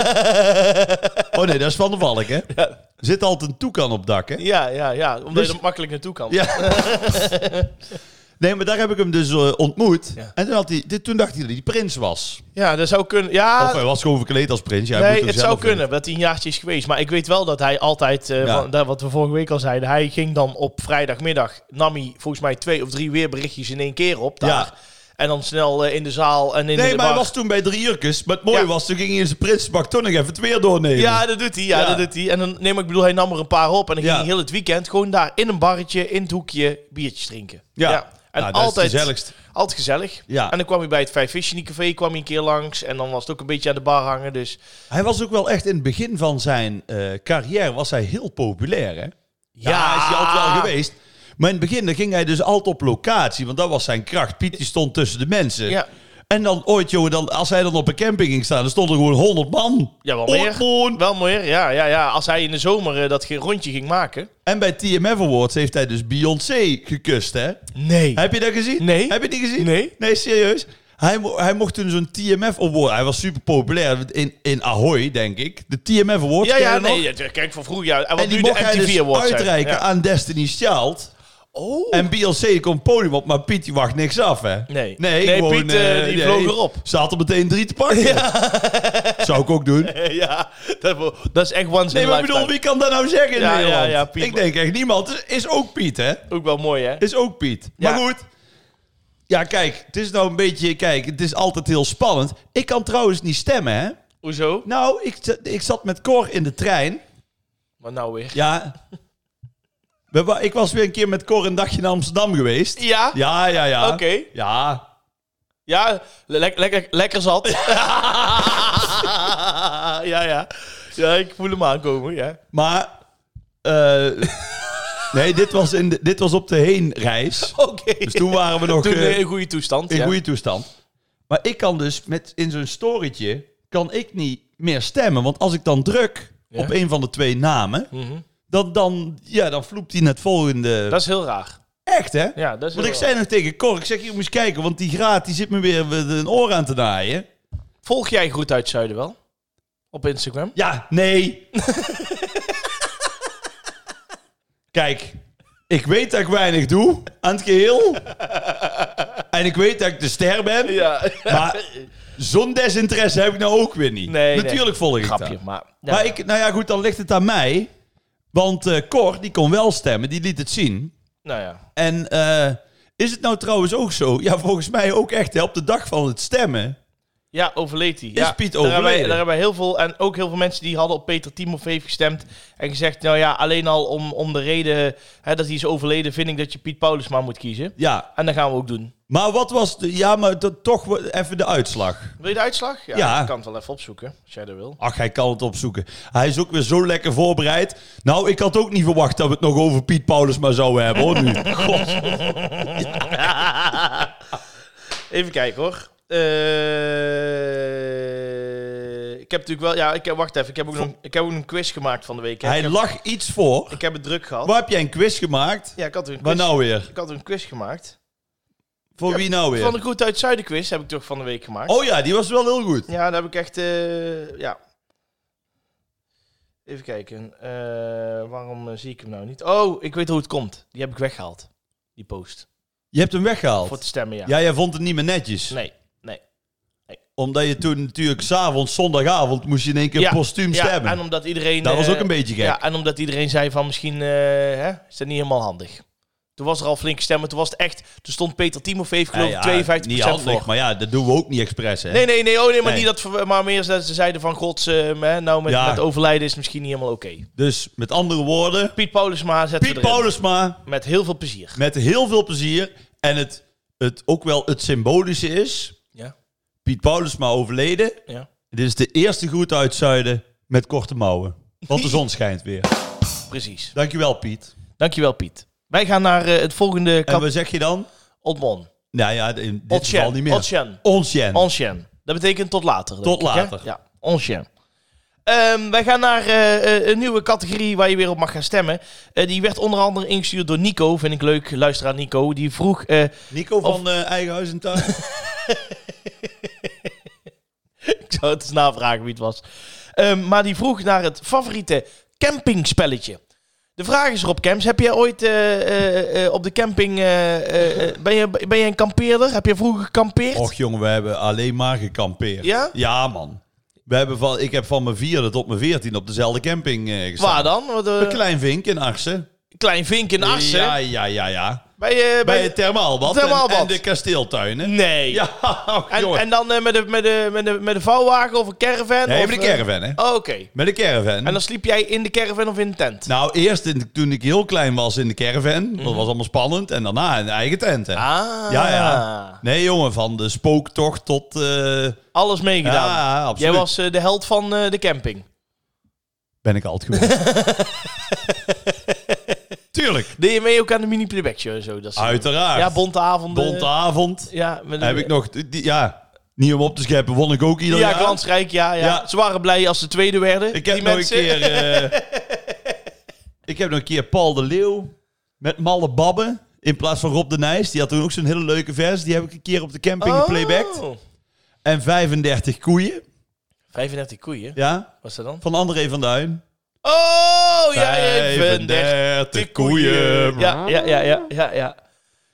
A: [laughs]
B: oh nee, dat is Van de Valk, hè?
A: Ja.
B: Er zit altijd een toekan op dak, hè?
A: Ja, ja, ja, omdat
B: Dus-
A: je er makkelijk naartoe kan.
B: Ja. nee, maar daar heb ik hem dus eh, ontmoet.
A: Ja.
B: En toen, had hij, dit- toen dacht hij dat hij prins was.
A: Ja, dat zou kunnen. Ja,
B: Of eh, hij was gewoon verkleed als prins. Ja, hij
A: Ah. nee,
B: moet hem
A: het
B: zelf
A: zou
B: weten.
A: kunnen dat hij een jaartje is geweest. Maar ik weet wel dat hij altijd, eh,
B: Ja.
A: wa- dat wat we vorige week al zeiden, hij ging dan op vrijdagmiddag, nam hij volgens mij twee of drie weerberichtjes in één keer op daar.
B: Ja.
A: En dan snel eh, in de zaal en in
B: Nee,
A: de
B: maar
A: bar.
B: hij was toen bij drie uurkes. Maar het mooie
A: Ja.
B: was, toen ging hij in zijn prinsbak toch nog even het weer doornemen.
A: Ja, dat doet hij. Ja,
B: Ja.
A: dat doet hij. En dan neem ik bedoel, hij nam er een paar op. En dan ging
B: Ja.
A: hij heel het weekend gewoon daar in een barretje, in het hoekje, biertjes drinken.
B: Ja.
A: En
B: Nou, dat is
A: altijd,
B: het gezelligst.
A: altijd gezellig.
B: Ja.
A: En dan kwam hij bij het Vijf Vissen in die Café kwam hij een keer langs. En dan was het ook een beetje aan de bar hangen. Dus
B: Hij was ook wel echt in het begin van zijn eh, carrière was hij heel populair, hè? Ja, is hij altijd wel geweest. Maar in het begin dan ging hij dus altijd op locatie, want dat was zijn kracht. Piet die stond tussen de mensen.
A: Ja.
B: En dan ooit, jongen, dan, als hij dan op een camping ging staan, dan stonden er gewoon 100 man.
A: Ja, wel
B: Honderd
A: meer.
B: man.
A: Wel meer, ja, ja, ja. Als hij in de zomer eh, dat ge- rondje ging maken.
B: En bij TMF Awards heeft hij dus Beyoncé gekust, hè?
A: Nee.
B: Heb je dat gezien?
A: Nee.
B: Heb je die gezien?
A: Nee.
B: Nee, serieus. Hij, mo- hij mocht toen zo'n TMF Award. Hij was super populair in, in Ahoy, denk ik. De TMF Awards.
A: Ja,
B: ken
A: ja,
B: je dat nog?
A: nee. ja, Kijk, van vroeger. Ja, en wat
B: En die
A: nu de
B: mocht hij
A: MTV
B: dus
A: Awards zijn.
B: uitreiken
A: Ja.
B: aan Destiny's Child.
A: Oh.
B: En Beyoncé komt het podium op, maar Piet die wacht niks af, hè?
A: Nee.
B: Nee,
A: Nee,
B: gewoon,
A: Piet, eh,
B: eh,
A: die vloog erop.
B: Ze had er meteen drie te pakken. [laughs] Zou ik ook doen.
A: ja, [laughs] dat, dat is echt once
B: Nee,
A: in
B: maar
A: a
B: ik
A: lifetime.
B: bedoel, wie kan dat nou zeggen in
A: Ja, ja,
B: Nederland?
A: ja, Piet.
B: ik denk echt niemand. Is ook Piet, hè?
A: Ook wel mooi, hè?
B: Is ook Piet. Maar
A: Ja.
B: goed. Ja, kijk, het is nou een beetje... Kijk, het is altijd heel spannend. Ik kan trouwens niet stemmen, hè?
A: Hoezo?
B: Nou, ik, zat- ik zat met Cor in de trein.
A: Maar nou weer.
B: Ja. We wa- Ik was weer een keer met Cor een dagje naar Amsterdam geweest.
A: Ja?
B: Ja, ja, ja.
A: Oké.
B: Ja.
A: Ja, le- lekker- lekker
B: [laughs]
A: zat. [laughs] ja, ja. Ja, ik voel hem aankomen, ja.
B: Maar... eh, [laughs] nee, dit was, in de- dit was op de heenreis.
A: Oké.
B: Dus toen waren we nog
A: Toen
B: eh,
A: eh, in goede toestand.
B: in
A: ja.
B: goede toestand. Maar ik kan dus met, in zo'n storytje... kan ik niet meer stemmen. Want als ik dan druk
A: Ja.
B: op een van de twee namen...
A: Mhm.
B: dan, dan, ja, dan vloept hij het volgende...
A: Dat is heel raar.
B: Echt, hè?
A: Ja, dat is
B: Want ik
A: heel
B: zei nog tegen Cor, ik zeg, je moet eens kijken... want die graat die zit me weer een oor aan te naaien...
A: Volg jij Groet uit Zuiden wel? Op Instagram?
B: Ja,
A: [laughs]
B: nee. Kijk, ik weet dat ik weinig doe aan het
A: [laughs]
B: geheel. En ik weet dat ik de ster ben.
A: Ja.
B: Maar zo'n desinteresse heb ik nou ook weer niet.
A: Nee, nee.
B: Natuurlijk volg
A: [laughs]
B: ik
A: Grapje,
B: dat.
A: maar... ja.
B: Maar ik, nou ja, goed, dan ligt het aan mij. Want eh Cor, die kon wel stemmen, die liet het zien.
A: Nou ja.
B: En eh, is het nou trouwens ook zo? Ja, volgens mij ook echt hè, op de dag van het stemmen.
A: Ja, overleed hij. Ja,
B: Piet
A: daar hebben, wij,
B: overleden?
A: daar hebben wij heel veel, en ook heel veel mensen die hadden op Peter Timofeev gestemd. En gezegd, nou ja, alleen al om, om de reden hè, dat hij is overleden, vind ik dat je Piet Paulus maar moet kiezen.
B: Ja,
A: En dat gaan we ook doen.
B: maar wat was... De, ja, maar to- toch wa- even de uitslag.
A: Wil je de uitslag?
B: Ja.
A: Ik kan het wel even opzoeken, als jij dat wil.
B: Ach, hij kan het opzoeken. Hij is ook weer zo lekker voorbereid. Nou, ik had ook niet verwacht dat we het nog over Piet Paulus maar zouden hebben, hoor, nu. God.
A: [laughs] Even kijken hoor. Eh, ik heb natuurlijk wel... Ja, ik, heb- wacht even. Ik heb, ook nog, een- ik heb ook een quiz gemaakt van de week. Hè.
B: Hij
A: ik, heb,
B: lag iets voor.
A: ik heb het druk gehad.
B: Waar heb jij een quiz gemaakt?
A: Ja, ik had er een
B: Waar
A: quiz,
B: nou weer?
A: ik had er een quiz gemaakt.
B: Voor wie nou weer?
A: Van de Goed Uit Zuiden quiz heb ik toch van de week gemaakt.
B: Oh ja, die was wel heel goed.
A: Ja, daar heb ik echt... eh, ja. Even kijken. Eh, waarom eh, zie ik hem nou niet? Oh, ik weet hoe het komt. Die heb ik weggehaald. Die post.
B: Je hebt hem weggehaald.
A: Voor te stemmen, ja.
B: Ja, jij vond het niet meer netjes.
A: Nee, nee.
B: Omdat je toen natuurlijk s'avonds, zondagavond, moest je in één keer postuum
A: ja,
B: stemmen.
A: En omdat iedereen...
B: dat was
A: eh,
B: ook een beetje gek.
A: Ja, en omdat iedereen zei van misschien eh, hè, is dat niet helemaal handig. Toen was er al flinke stemmen. Toen was het echt... Toen stond Peter Timofeef geloof ik
B: Ja,
A: 52%
B: ja, Niet handig,
A: voor.
B: maar ja, dat doen we ook niet expres, hè?
A: Nee, nee, nee. Oh, nee, maar,
B: Nee.
A: Niet dat, we- maar meer dat ze zeiden van... God, eh, hè, nou met,
B: Ja.
A: met overlijden is het misschien niet helemaal oké.
B: Dus met andere woorden,
A: Piet Paulusma zet
B: Piet Paulusma,
A: Met heel veel plezier.
B: met heel veel plezier en het, het ook wel het symbolische is,
A: Ja,
B: Piet Paulusma overleden.
A: ja.
B: Dit is de eerste groet uit Zuiden met korte mouwen. Want de zon schijnt weer.
A: [laughs] Precies.
B: Dankjewel, Piet.
A: Dankjewel, Piet. Wij gaan naar eh, het volgende...
B: En
A: Kat-
B: wat zeg je dan?
A: Otmon.
B: Nou ja, in dit geval niet
A: Otjen.
B: meer.
A: Otjen.
B: Onchen.
A: Onchen. Dat betekent tot later. denk
B: Tot
A: ik, hè?
B: later.
A: Ja, onchen. Ehm, wij gaan naar eh, eh, een nieuwe categorie waar je weer op mag gaan stemmen. Eh, die werd onder andere ingestuurd door Nico. Vind ik leuk, luisteraar Nico. Die vroeg... eh,
B: Nico van eh Eigen Huis en Tuin.
A: [laughs] ik zou het eens navragen wie het was. Ehm, maar die vroeg naar het favoriete campingspelletje. De vraag is Rob Camps, heb jij ooit eh, eh, eh, op de camping... eh, eh, eh, ben, je, ben je een kampeerder? Heb je vroeger gekampeerd?
B: [laughs] Och jongen, we hebben alleen maar gekampeerd.
A: Ja?
B: Ja, man. We hebben van, ik heb van mijn vierde tot mijn veertien op dezelfde camping eh gestaan.
A: Waar dan? Wat, eh,
B: Een klein vink in Arsen.
A: klein vink in Assen?
B: Ja, ja, ja, ja.
A: Bij, eh, bij,
B: Bij het thermaalbad,
A: Thermaalbad.
B: En, en de kasteeltuinen.
A: Nee.
B: Ja, och,
A: En,
B: jongen.
A: en dan eh, met, een, met, een, met, een, met een vouwwagen of een caravan?
B: nee,
A: of,
B: met de
A: eh,
B: caravan, hè.
A: oh, Oké.
B: Met de caravan.
A: En dan sliep jij in de caravan of in de tent?
B: Nou, eerst in- toen ik heel klein was in de caravan. Dat was allemaal spannend. En daarna in de eigen tent, hè.
A: Mhm. Ah.
B: Nou, Ja, ja. Nee, jongen, van de spooktocht tot... eh,
A: Alles meegedaan.
B: ja, absoluut.
A: jij was eh, de held van eh, de camping.
B: Ben ik altijd geweest. [laughs] Tuurlijk.
A: Deed je mee ook aan de mini playback show en zo? Dat soort
B: Ah, Uiteraard.
A: dingen? Ja, eh, bonte avonden.
B: Bonte avond.
A: Ja, met
B: Heb ik nog, die, ja, niet om op te scheppen, won ik ook ieder
A: Ja,
B: jaar.
A: glansrijk, ja, ja,
B: Ja.
A: Ze waren blij als ze tweede werden.
B: Ik heb
A: die
B: nog
A: mensen.
B: een
A: [laughs]
B: keer, eh, ik heb nog een keer Paul de Leeuw met Malle Babben in plaats van Rob de Nijs. Die had toen ook zo'n hele leuke vers. Die heb ik een keer op de camping
A: Oh.
B: geplaybacked. En 35 koeien,
A: 35 koeien,
B: ja,
A: was dat dan?
B: van André van Duin.
A: Oh, ja, 35
B: 35 koeien.
A: Ja, ja, ja, ja, ja, ja.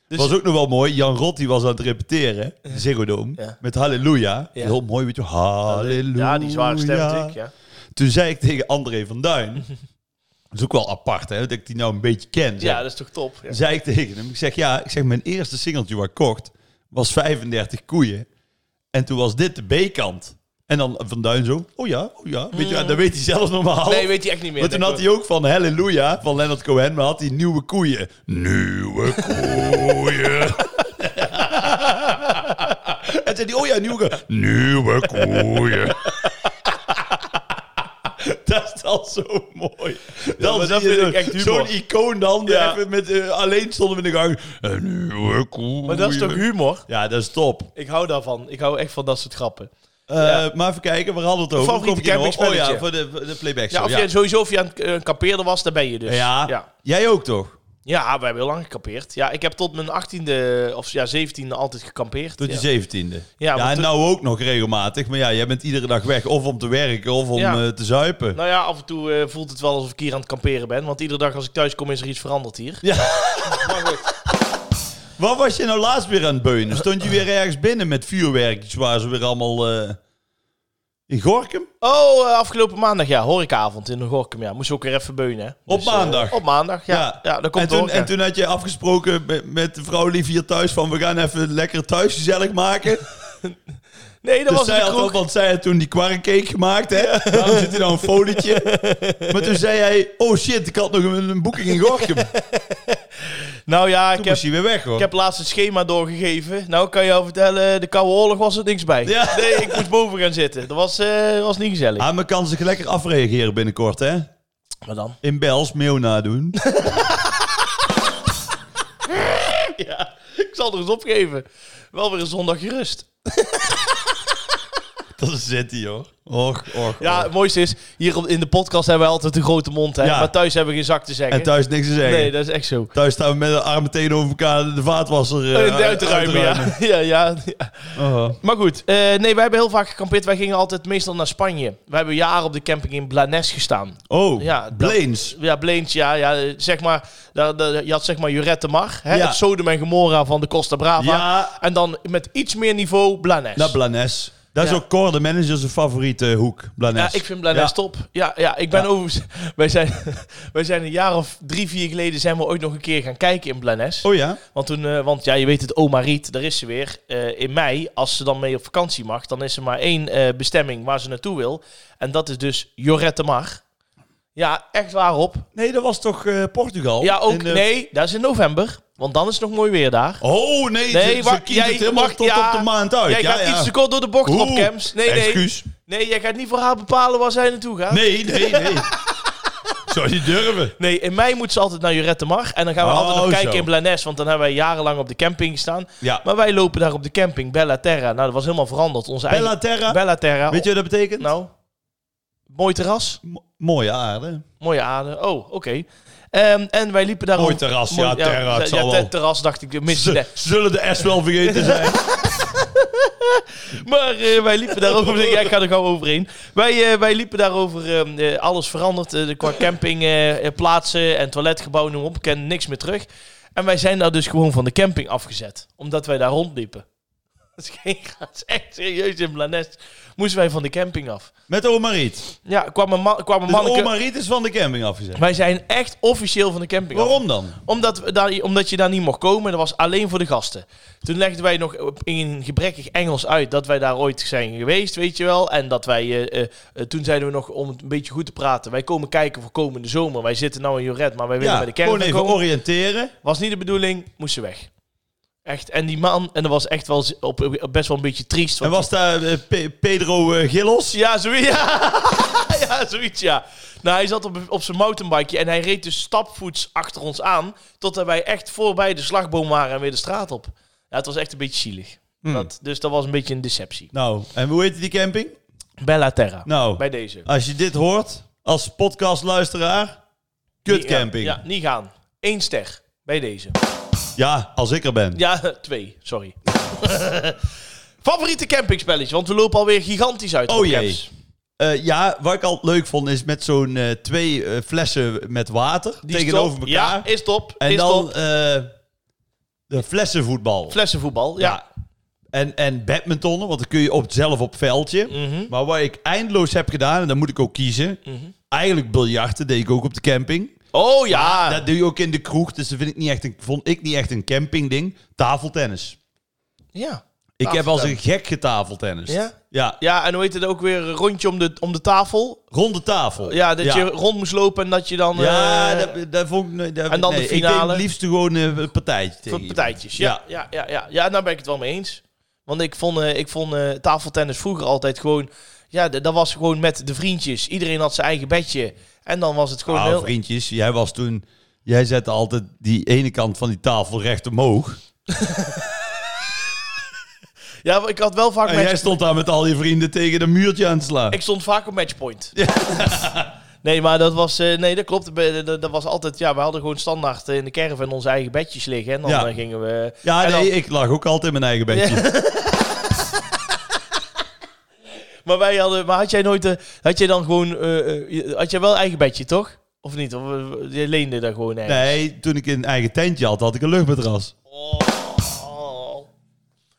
A: Dus-
B: was ook nog wel mooi. Jan Rot die was aan het repeteren. Ziggo Dome.
A: Ja.
B: Met Halleluja.
A: Ja.
B: Heel mooi, weet je. Halleluja.
A: Ja, die zware stem natuurlijk, ja.
B: Toen zei ik tegen André van Duin.
A: [laughs]
B: dat is ook wel apart, hè? Dat ik die nou een beetje ken. zeg.
A: Ja, dat is toch top. Ja.
B: Zei ik tegen hem. Ik zeg, ja, ik zeg, mijn eerste singeltje wat ik kocht was 35 koeien. En toen was dit de B-kant. En dan Van Duin zo, oh ja, oh ja. Weet je, wel, dat weet hij zelf normaal.
A: Hmm. Nee, weet hij echt niet meer.
B: Maar toen
A: Nee,
B: had hij ook van Halleluja, van Leonard Cohen, maar had hij nieuwe koeien.
A: [laughs]
B: Nieuwe koeien. en zei hij, oh ja, nieuwe koeien. Nieuwe koeien. [laughs] Dat is dan zo mooi. Dan
A: maar
B: zie
A: dat
B: je
A: vind ik
B: zo-
A: echt humor.
B: Zo'n icoon dan, die
A: Ja.
B: even met, eh, alleen stonden we in de gang. Een nieuwe koeien.
A: Maar dat is toch humor?
B: Ja, dat is top.
A: Ik hou daarvan. Ik hou echt van dat soort grappen.
B: Eh, Maar even kijken, waar hadden we het over?
A: Favoriete
B: Hoe kom ik hier nog op? Oh ja, voor
A: campingspelletje.
B: de, voor de playback
A: Ja,
B: show.
A: of je sowieso of je aan het eh, kampeerder was, daar ben je dus.
B: Ja.
A: ja.
B: jij ook toch?
A: Ja, we hebben heel lang gekampeerd. Ja, ik heb tot mijn 18e of ja, 17e altijd gekampeerd.
B: Tot
A: ja.
B: je zeventiende.
A: Ja,
B: Ja,
A: want
B: en
A: toen-
B: nou ook nog regelmatig. Maar ja, jij bent iedere dag weg. Of om te werken, of om
A: Ja.
B: eh, te zuipen.
A: Nou ja, af en toe eh, voelt het wel alsof ik hier aan het kamperen ben. Want iedere dag als ik thuis kom is er iets veranderd hier.
B: Ja.
A: Maar goed.
B: Waar was je nou laatst weer aan het beunen? Stond je weer ergens binnen met vuurwerkjes waar ze weer allemaal... eh, in Gorkum?
A: Oh, eh, afgelopen maandag, ja, horecaavond in Gorkum. Ja, moest ook weer even beunen. hè.
B: Op
A: eh,
B: maandag?
A: op maandag, ja. Ja, dan komt
B: en, toen,
A: horeca.
B: en
A: [laughs]
B: toen had je afgesproken met- met de vrouw lief hier thuis van... we gaan even lekker thuis gezellig maken.
A: Nee, dat
B: Dus
A: was in
B: zij
A: de
B: had
A: kroeg.
B: ook, want zij had toen die kwarkcake gemaakt, hè? Daarom zit hij nou een folietje.
A: [laughs]
B: Maar toen zei hij, oh shit, ik had nog een, een boeking in
A: [laughs]
B: Gorkum. Toen
A: Nou ja, ik heb,
B: was hij weer weg, hoor.
A: ik heb laatst het schema doorgegeven. Nou, ik kan jou vertellen, de Koude Oorlog was er niks bij.
B: Ja.
A: Nee, ik moest boven gaan zitten. Dat was, eh, was niet gezellig.
B: Ah, maar kan zich lekker afreageren binnenkort, hè?
A: Maar dan? [laughs]
B: In Bels, meeuw nadoen.
A: Ja, ik zal er eens opgeven. Wel weer een zondag gerust.
B: Dat zit hij, hoor. Och, och,
A: Ja,
B: och.
A: het mooiste is, hier op- in de podcast hebben we altijd een grote mond. Hè?
B: Ja.
A: Maar thuis hebben we geen zak te zeggen.
B: En thuis niks te zeggen.
A: nee, dat is echt zo.
B: Thuis staan we met de armen tegenover elkaar de vaatwasser eh,
A: Eh, uit te ruimen, ja. [laughs] ja, ja, ja.
B: Oh.
A: Maar goed, eh, nee, wij hebben heel vaak gekampeerd. Wij gingen altijd meestal naar Spanje. Wij hebben jaren op de camping in Blanes gestaan.
B: Oh,
A: Ja, dat-
B: Blains.
A: Ja, Bleens, ja, ja eh, zeg maar, daar, daar- je had zeg maar Jurette Mar, hè,
B: Ja.
A: het Sodom en Gomorra van de Costa Brava.
B: Ja,
A: En dan met iets meer niveau Blanes.
B: naar Blanes. Dat is
A: Ja.
B: ook Cor, de manager, zijn favoriete eh, hoek. Blanes.
A: Ja, ik vind Blanes top. Ja, ja ik ben
B: Ja.
A: overigens... [laughs] Wij zijn, wij zijn een jaar of drie, vier geleden zijn we ooit nog een keer gaan kijken in Blanes.
B: Oh ja?
A: Want toen, eh, want ja, je weet het, oma Riet, daar is ze weer. Eh, in mei, als ze dan mee op vakantie mag, dan is er maar één eh, bestemming waar ze naartoe wil. En dat is dus Jorette Mar. Ja, echt waarop.
B: Nee, dat was toch eh, Portugal?
A: Ja, ook,
B: En, eh,
A: nee, dat is in november. Want dan is het nog mooi weer daar.
B: Oh nee,
A: Nee,
B: ze- ze,
A: wacht,
B: kiest
A: jij
B: het helemaal
A: mag-
B: tot
A: ja,
B: op de maand uit.
A: jij
B: Oh, ja,
A: gaat
B: ja.
A: iets te kort door de bocht
B: Oeh,
A: op, Kems. Nee, nee.
B: Excuus.
A: Nee, jij gaat niet voor haar bepalen waar zij naartoe gaat.
B: Nee,
A: [laughs]
B: nee, nee. Zou je niet durven?
A: Nee, in mei moet ze altijd naar Jurette Mar. En dan gaan we altijd nog
B: Oh,
A: kijken
B: zo.
A: in Blanes. Want dan hebben wij jarenlang op de camping gestaan.
B: Ja.
A: Maar wij lopen daar op de camping, Bella Terra. Nou, dat was helemaal veranderd. Onze eigen-
B: Bella Terra.
A: Bella Terra.
B: Weet je wat dat betekent?
A: Nou, mooi terras.
B: M- mooie aarde.
A: Mooie aarde. Oh, oké. Ehm, en wij liepen daar...
B: Mooi
A: op-
B: terras, ja, terra, het zal
A: ja,
B: wel.
A: terras dacht ik. Misschien,
B: [laughs] Ze zullen de S wel vergeten zijn.
A: Maar eh, wij liepen daarover. ja, ik ga er gauw overheen. Wij, eh, wij liepen daarover. ehm, eh, alles veranderd. eh, qua camping, eh, eh, plaatsen en toiletgebouw, noem op. Ik ken niks meer terug. En wij zijn daar dus gewoon van de camping afgezet. Omdat wij daar rondliepen. [laughs] Dat is geen [laughs] dat is echt serieus in Blanest. Moesten wij van de camping af.
B: [laughs] Met oma Riet.
A: Ja, kwam een, man, kwam een
B: Dus
A: manneke-
B: oma Riet is van de camping afgezet.
A: Wij zijn echt officieel van de camping af.
B: Waarom dan?
A: Omdat, we daar, omdat je daar niet mocht komen, dat was alleen voor de gasten. Toen legden wij nog op- in gebrekkig Engels uit dat wij daar ooit zijn geweest, weet je wel. En dat wij, eh, eh, eh, toen zeiden we nog, om het een beetje goed te praten, wij komen kijken voor komende zomer. Wij zitten nou in Joret, maar wij willen
B: Ja,
A: bij de caravan
B: gewoon even
A: komen.
B: oriënteren.
A: Was niet de bedoeling, moesten weg. Echt, en die man, en dat was echt wel z- op, op- best wel een beetje triest.
B: En
A: want
B: was daar eh, Pe- Pedro eh, Gillos?
A: ja, zoiets. Ja. ja, [laughs] zoiets, ja. Nou, hij zat op, op zijn mountainbike en hij reed dus stapvoets achter ons aan. Totdat wij echt voorbij de slagboom waren en weer de straat op. Ja, het was echt een beetje zielig.
B: Hmm.
A: Dat, dus dat was een beetje een deceptie.
B: Nou, en hoe heet die camping?
A: Bella Terra.
B: Nou,
A: Bij deze.
B: als je dit hoort als podcastluisteraar, kutcamping.
A: Ja,
B: Ja,
A: ja, niet gaan. Eén ster. Bij deze.
B: als ik er ben.
A: Ja, [laughs] twee. Sorry. Favoriete campingspelletje, want we lopen alweer gigantisch uit.
B: Oh
A: op
B: jee.
A: camps.
B: Eh, ja, wat ik altijd leuk vond is met zo'n eh, twee eh, flessen met water
A: Die is
B: tegenover
A: top.
B: elkaar.
A: Ja, is top.
B: en
A: is
B: dan
A: top.
B: eh, de flessenvoetbal.
A: Flessenvoetbal, ja.
B: En, en badmintonnen, want dan kun je op, zelf op veldje.
A: Mhm.
B: Maar wat ik eindeloos heb gedaan, en dan moet ik ook kiezen. Eigenlijk biljarten deed ik ook op de camping.
A: Oh ja.
B: Dat doe je ook in de kroeg, dus dat vind ik niet echt een, vond ik niet echt een campingding. Tafeltennis.
A: ja.
B: Ik heb als een
A: Tafeltennis.
B: gek getafeltennis.
A: Ja?
B: ja.
A: Ja, en hoe heet het ook weer? Een rondje om de, om de tafel.
B: Rond de tafel.
A: Ja, dat je rond moest lopen en dat je dan...
B: Ja,
A: eh,
B: dat, dat vond ik... nee, dat-
A: en dan
B: nee,
A: de finale.
B: Ik deed het liefst gewoon eh, een partijtje
A: voor
B: tegen
A: partijtjes. Ja,
B: iemand.
A: ja. Ja, ja, ja. daar ben ik het wel mee eens. Want ik vond, eh, ik vond eh, tafeltennis vroeger altijd gewoon... Ja, d- dat was gewoon met de vriendjes. Iedereen had zijn eigen bedje. En dan was het gewoon
B: Ah,
A: heel...
B: vriendjes, jij was toen... Jij zette altijd die ene kant van die tafel recht omhoog.
A: Ja, maar ik had wel vaak...
B: En
A: match-
B: Oh, jij stond daar met al je vrienden tegen een muurtje aan te slaan.
A: Ik stond vaak op matchpoint. [laughs] nee, maar dat was... eh, nee, dat klopt. Be- Dat, dat was altijd... Ja, we hadden gewoon standaard eh, in de caravan onze eigen bedjes liggen. En dan
B: Ja.
A: eh, gingen we...
B: ja,
A: en
B: nee,
A: dan-
B: ik lag ook altijd in mijn eigen bedje.
A: Maar wij hadden, maar had jij nooit, eh, had jij dan gewoon, eh, eh, je- had jij wel eigen bedje toch? Of niet? Of eh, je leende daar gewoon ergens?
B: Nee, toen ik een eigen tentje had, had ik een luchtmatras.
A: Oh.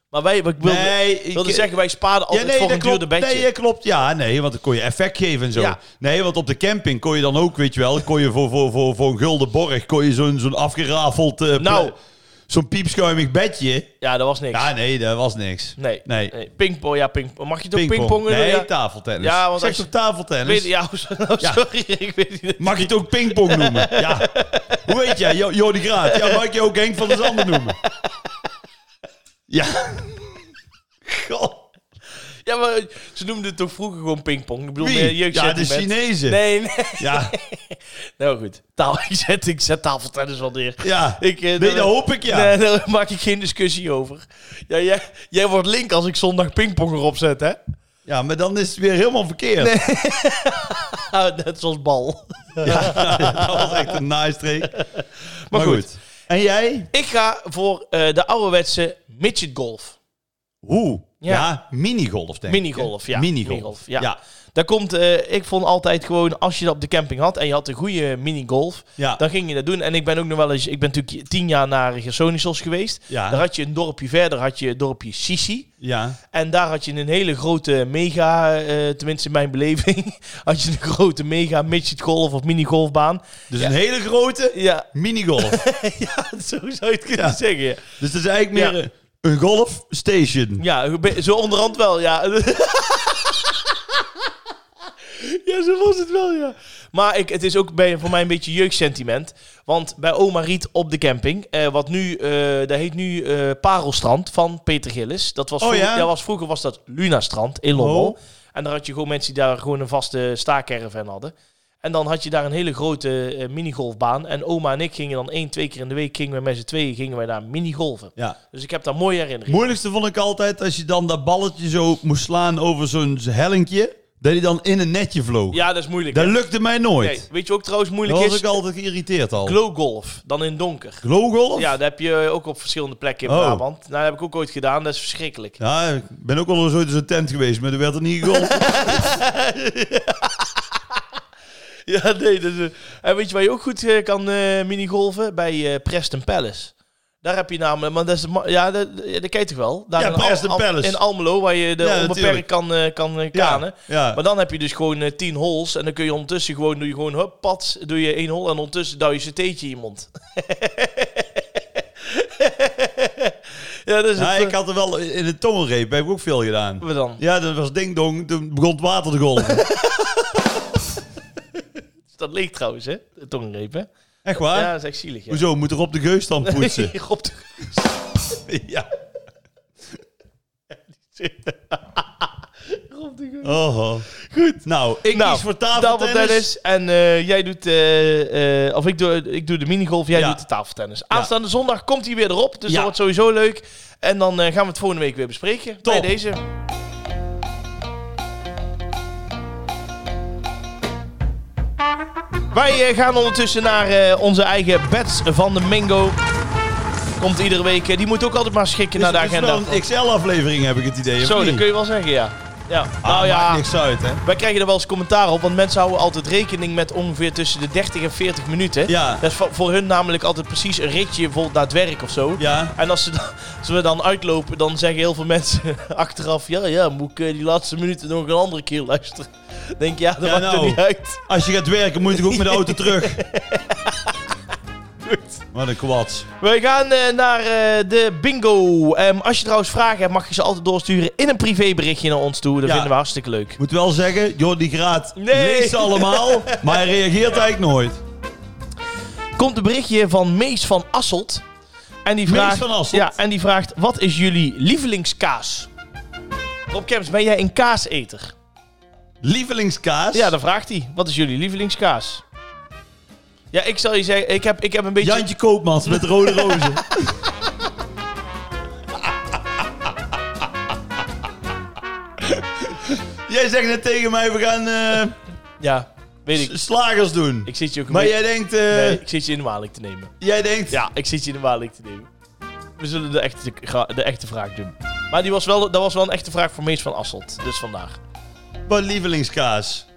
A: Maar wij, ik wilde,
B: nee, ik...
A: wilde zeggen, wij spaarden
B: Ja,
A: altijd
B: nee,
A: voor
B: dat
A: een duurde
B: klopt.
A: bedje.
B: Nee, dat klopt. Ja, nee, want dan kon je effect geven en zo.
A: Ja.
B: Nee, want op de camping kon je dan ook, weet je wel, kon je voor, voor, voor, voor een gulden borg kon je zo'n zo'n afgerafeld eh, pla-
A: nou,
B: zo'n piepschuimig bedje.
A: Ja, dat was niks.
B: Ja, nee, dat was niks.
A: nee.
B: nee.
A: Pingpong, ja, pingpong. Mag je toch
B: Pingpong.
A: pingpongen?
B: nee,
A: ja.
B: tafeltennis.
A: Ja, want
B: zeg
A: als je-
B: toch tafeltennis?
A: Weet- ja, [laughs] hoe zou- nou,
B: Ja.
A: sorry, ik weet niet.
B: Mag je het ook pingpong noemen? [laughs] Ja. Hoe weet jij? Jo Jody Graat. Ja, mag ik je ook Henk van der Zanden noemen? Ja. God.
A: Ja, maar ze noemden het toch vroeger gewoon pingpong? Ik bedoel,
B: Wie?
A: meer jeugd
B: Ja, de Chinezen.
A: Nee, nee. [laughs]
B: Ja,
A: Nou goed, taal, [laughs] ik zet, ik zet tafeltennis wel neer.
B: ja.
A: Ik, eh,
B: Nee, dat hoop ik, ja.
A: Nee, daar [laughs] maak ik geen discussie over. Ja, jij, jij wordt link als ik zondag pingpong erop zet,
B: [laughs]
A: hè?
B: Ja, maar dan is het weer helemaal verkeerd.
A: Ah, net zoals bal.
B: [laughs] Ja, dat was echt een nice trick. Maar, goed.
A: goed.
B: En jij?
A: [laughs] Ik ga voor eh, de ouderwetse midget golf.
B: Hoe? Ja,
A: Ja.
B: minigolf denk ik.
A: Minigolf,
B: hè?
A: ja.
B: Minigolf.
A: Minigolf, ja.
B: ja.
A: Daar komt, eh, ik vond altijd gewoon, als je dat op de camping had en je had een goede minigolf,
B: Ja.
A: dan ging je dat doen. En ik ben ook nog wel eens, ik ben natuurlijk tien jaar naar Gersonisos geweest.
B: Ja.
A: Daar had je een dorpje verder, had je het dorpje Sisi.
B: Ja.
A: En daar had je een hele grote mega, eh, tenminste in mijn beleving, [laughs] had je een grote mega midget golf of minigolfbaan.
B: Dus een hele grote
A: Ja, [laughs]
B: minigolf.
A: ja zo zou je het kunnen
B: Ja.
A: zeggen.
B: dus dat is eigenlijk meer
A: Ja.
B: eh, een golfstation.
A: Ja, zo onderhand wel,
B: [laughs]
A: ja. ja, zo was het wel, ja. Maar ik, het is ook bij, voor mij een beetje jeugdsentiment. Want bij oma Riet op de camping, eh, wat nu, eh dat heet nu eh, Parelstrand van Peter Gillis. Dat was,
B: Oh,
A: vroeger,
B: ja?
A: dat was vroeger was dat Lunastrand in Lommel.
B: Oh.
A: En daar had je gewoon mensen die daar gewoon een vaste staakerven hadden. En dan had je daar een hele grote eh, minigolfbaan. En oma en ik gingen dan één, twee keer in de week gingen we met z'n tweeën gingen wij daar minigolven.
B: Ja.
A: Dus ik heb daar mooie herinneringen.
B: Moeilijkste vond ik altijd als je dan dat balletje zo moest slaan over zo'n hellinkje. Dat hij dan in een netje vloog.
A: Ja, dat is moeilijk.
B: Dat lukte mij nooit.
A: Nee, weet je ook trouwens
B: Daar
A: moeilijk
B: was
A: is?
B: ik altijd geïrriteerd al.
A: Glowgolf, dan in donker.
B: Glowgolf?
A: Ja, dat heb je ook op verschillende plekken in
B: Oh.
A: Brabant. Nou, dat heb ik ook ooit gedaan, dat is verschrikkelijk.
B: Ja, ik ben ook al eens ooit in zo'n tent geweest, maar er werd er niet gegolfd.
A: [laughs] Ja, nee. Dat is, eh, en weet je waar je ook goed eh, kan eh, minigolven? Bij eh, Preston Palace. Daar heb je namelijk, maar dat is, de ma- ja, dat, ja, dat ken je toch wel? Daar
B: Ja,
A: in Al-
B: Preston
A: Al-
B: Palace.
A: In Almelo, waar je de
B: Ja,
A: onbeperkt
B: natuurlijk.
A: kan, eh, kan eh,
B: Ja,
A: kanen.
B: ja.
A: Maar dan heb je dus gewoon eh, 10 holes. En dan kun je ondertussen gewoon, doe je gewoon, hup, pats, doe je één hol. En ondertussen duw je een theetje in je mond. [laughs] ja, dat is
B: Ja,
A: het,
B: ik
A: eh,
B: had er wel in het tongenreep, heb ik ook veel gedaan.
A: we dan.
B: Ja, dat was ding dong, toen begon het water te
A: [laughs]
B: golven.
A: Dat leek trouwens, hè? De tongreep, hè?
B: Echt waar?
A: Ja, dat is echt zielig, hè?
B: Hoezo, moet er op de geusstand
A: [laughs]
B: poetsen?
A: Op de-
B: ja. [laughs]
A: op de-
B: Oh, oh. Goed. Nou, ik
A: Nou,
B: kies voor tafeltennis.
A: Tafeltennis. En eh, jij doet... eh, eh, of ik doe, ik doe de minigolf, jij
B: Ja.
A: doet de tafeltennis. Aanstaande zondag komt hij weer erop. Dus
B: Ja.
A: dat wordt sowieso leuk. En dan eh, gaan we het volgende week weer bespreken. Bij
B: Top.
A: deze. Wij eh, gaan ondertussen naar eh, onze eigen Bets van de Mingo. Komt iedere week. eh, die moet ook altijd maar schikken
B: Dus
A: naar de
B: het is
A: agenda.
B: wel een XL-aflevering, heb ik het idee. of
A: Zo,
B: niet?
A: dat kun je wel zeggen, ja. ja.
B: Ah,
A: nou ja,
B: Maakt niks uit, hè?
A: wij krijgen er wel eens commentaar op, want mensen houden altijd rekening met ongeveer tussen de 30 en 40 minuten.
B: Ja.
A: Dat is voor, voor hun namelijk altijd precies een ritje bijvoorbeeld naar het werk of zo.
B: Ja.
A: En als, ze dan, als we dan uitlopen, dan zeggen heel veel mensen [laughs] achteraf, ja, ja, moet ik eh, die laatste minuten nog een andere keer luisteren. [laughs] Denk ja, dat
B: Ja,
A: maakt
B: nou.
A: er niet uit.
B: Als je gaat werken, moet je toch ook met de auto
A: [laughs]
B: terug. Wat een kwats.
A: We gaan eh, naar eh, de bingo. Ehm, als je trouwens vragen hebt, mag je ze altijd doorsturen in een privéberichtje naar ons toe. Dat
B: Ja.
A: vinden we hartstikke leuk.
B: Ik moet wel zeggen, Jordi Graat
A: Nee.
B: leest ze allemaal, maar hij reageert eigenlijk nooit.
A: komt een berichtje van Mees van Asselt. En die
B: Mees
A: vraagt,
B: van Asselt?
A: Ja, en die vraagt, wat is jullie lievelingskaas? Rob Kemps, ben jij een kaaseter?
B: Lievelingskaas?
A: Ja, dan vraagt hij. Wat is jullie lievelingskaas? Ja, ik zal je zeggen, ik heb, ik heb een beetje...
B: Jantje Koopmans met rode
A: [laughs]
B: rozen. jij zegt net tegen mij, we gaan eh,
A: Ja, weet ik.
B: s- slagers doen.
A: Ik zit je ook een
B: maar
A: beetje...
B: jij denkt, eh,
A: Nee, ik zit je in de maling te nemen.
B: jij denkt,
A: Ja, ik zit je in de maling te nemen. We zullen de echte, de echte vraag doen. Maar die was wel, dat was wel een echte vraag voor Mees van Asselt. Dus vandaag.
B: [laughs] wat lievelingskaas?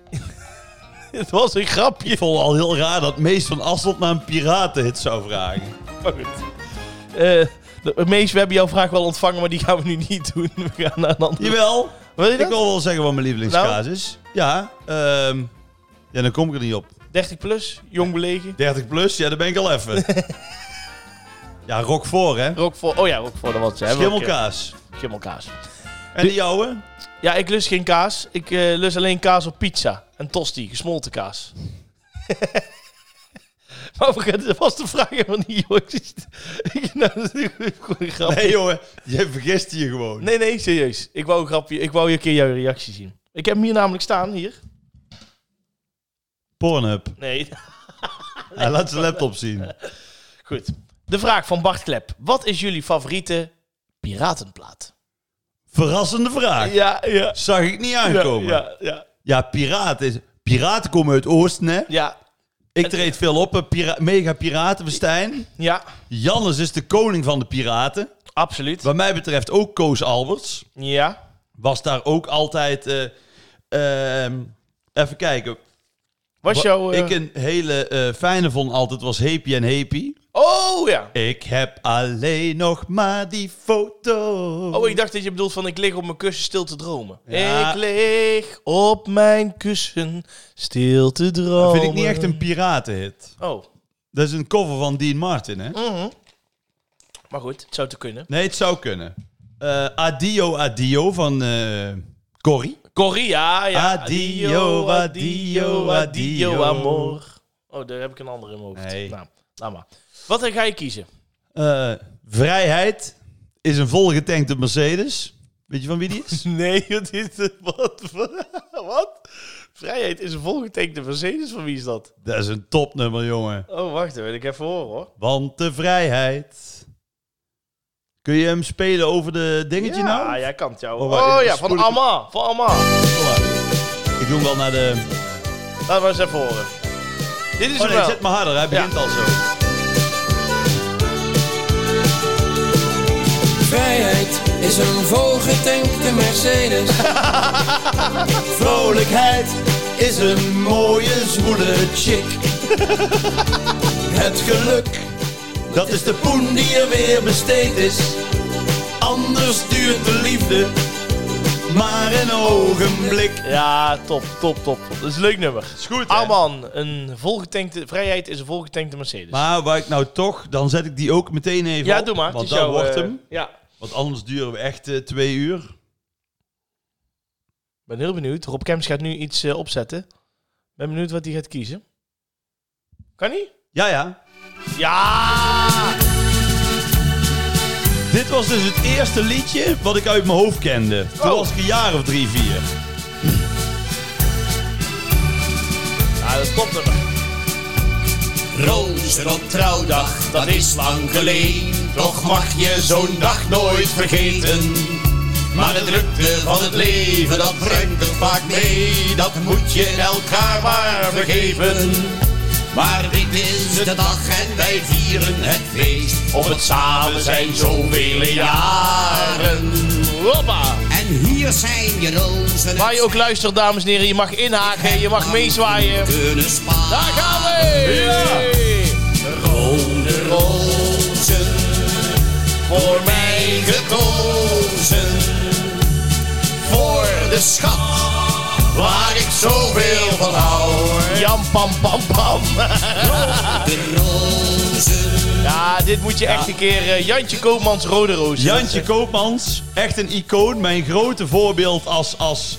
A: Het was een grapje.
B: Ik vond het al heel raar dat Mees van Asselt naar een piratenhit zou vragen.
A: Maar goed. Eh, de- Mees, we hebben jouw vraag wel ontvangen, maar die gaan we nu niet doen. We gaan naar een andere.
B: Jawel,
A: Wil je
B: ik
A: dat? Nou?
B: wil wel zeggen wat mijn lievelingskaas is. Ja, ehm, ja, dan kom ik er niet op.
A: 30 plus, jong belegen. [laughs]
B: 30 plus, ja, daar ben ik al even. Ja, rock voor, hè?
A: Roquefort. Oh ja, Roquefort, dat was het. Hebben we ook, eh,
B: Schimmelkaas.
A: Schimmelkaas.
B: En de jouwe?
A: Ja, ik lust geen kaas. Ik eh, lust alleen kaas op pizza. En tosti, gesmolten kaas. [laughs] maar we gaan- dat was de vraag helemaal niet, joh. [laughs] Ik- nou, dat is gewoon een grap.
B: Nee, jongen. Je vergist je gewoon.
A: Nee, nee, serieus. Ik wou een grapje. Ik wou je een keer jouw reactie zien. Ik heb hem hier namelijk staan, hier.
B: Pornhub.
A: Nee,
B: Hij laat zijn laptop zien.
A: goed. De vraag van Bart Klep. Wat is jullie favoriete piratenplaat?
B: Verrassende vraag.
A: Ja, ja.
B: Zag ik niet
A: Ja,
B: aankomen.
A: ja, ja.
B: Ja, piraat is... Piraten komen uit Oosten, hè?
A: Ja,
B: Ik treed veel op. eh, Pira mega piraten, Stijn.
A: ja.
B: Jannes is de koning van de piraten.
A: Absoluut.
B: Wat mij betreft ook Koos Alberts.
A: Ja.
B: Was daar ook altijd... eh, ehm, even kijken.
A: Was
B: Wat
A: jouw... eh,
B: ik een hele eh, fijne vond altijd was Happy en Happy.
A: Oh, ja.
B: Ik heb alleen nog maar die foto.
A: Oh, ik dacht dat je bedoelt van ik lig op mijn kussen stil te dromen.
B: Ja.
A: Ik lig op mijn kussen stil te dromen.
B: Dat vind ik niet echt
A: eh.
B: een piratenhit.
A: Oh,
B: Dat is een cover van Dean Martin, hè?
A: mhm. maar goed, het zou te kunnen.
B: Nee, het zou kunnen. Eh, adio, adio van eh Corrie.
A: Corrie, ja, ja.
B: Adio, adio, adio.
A: amor. Oh, daar heb ik een andere in mijn hoofd.
B: Nee.
A: Nou, laat maar. Wat ga je kiezen?
B: Eh, Vrijheid is een volgetankte Mercedes. Weet je van wie die is?
A: Nee, [laughs] wat is het? Wat? Wat? Vrijheid is een volgetekende Mercedes, van wie is dat?
B: Dat is een topnummer, jongen.
A: Oh, wacht, dat wil ik even horen hoor.
B: Want de vrijheid. Kun je hem spelen over de dingetje
A: ja,
B: nou?
A: jij kan het jou.
B: Oh,
A: Oh,
B: wacht, even
A: ja, van
B: spoelen.
A: Amma. Van Amma.
B: Voilà. Ik doe hem wel naar de...
A: Laten we eens even horen. Dit is
B: Oh
A: hem
B: nee,
A: wel.
B: zet maar harder. Hij begint al zo.
C: Vrijheid is een volgetankte Mercedes.
B: Vrolijkheid is een mooie zwoele chick. Het geluk, dat is de poen die er weer besteed is. Anders duurt de liefde maar een ogenblik.
A: Ja, top, top, top, top. Dat is een leuk nummer.
B: Is goed, hè?
A: Arman, een volgetankte... Vrijheid is een volgetankte Mercedes.
B: Maar waar ik nou toch, dan zet ik die ook meteen even
A: ja,
B: op,
A: doe maar. het
B: Want
A: is
B: dan
A: jouw, eh,
B: wordt hem.
A: Ja. Ik
B: Want anders duren we echt eh, twee uur.
A: ben heel benieuwd. Rob Kemps gaat nu iets eh, opzetten. ben benieuwd wat hij gaat kiezen. Kan niet?
B: Ja, ja.
A: Ja!
B: Dit was dus het eerste liedje wat ik uit mijn hoofd kende. Toen
A: Oh.
B: was ik een jaar of drie, vier.
A: Ja, dat is top nummer.
D: Rooster op trouwdag, dat is lang geleden. Toch mag je zo'n dag nooit vergeten. Maar de drukte van het leven, dat brengt het vaak mee. Dat moet je elkaar maar vergeven. Maar dit is de dag en wij vieren het feest. Op het samen zijn zoveel jaren.
A: Hoppa!
C: En hier zijn je rozen.
A: Waar je ook luistert, dames en heren. Je mag inhaken. Je mag meezwaaien.
C: kunnen sparen.
A: Daar gaan we!
D: Rode rozen, voor mij gekozen. Voor de schat, waar ik zoveel van hou.
A: Jam, pam, pam, pam.
C: De rozen.
A: Ja, dit moet je echt een keer... eh, Jantje Koopmans Rode Roos.
B: Jantje Koopmans, echt een icoon. Mijn grote voorbeeld als, als...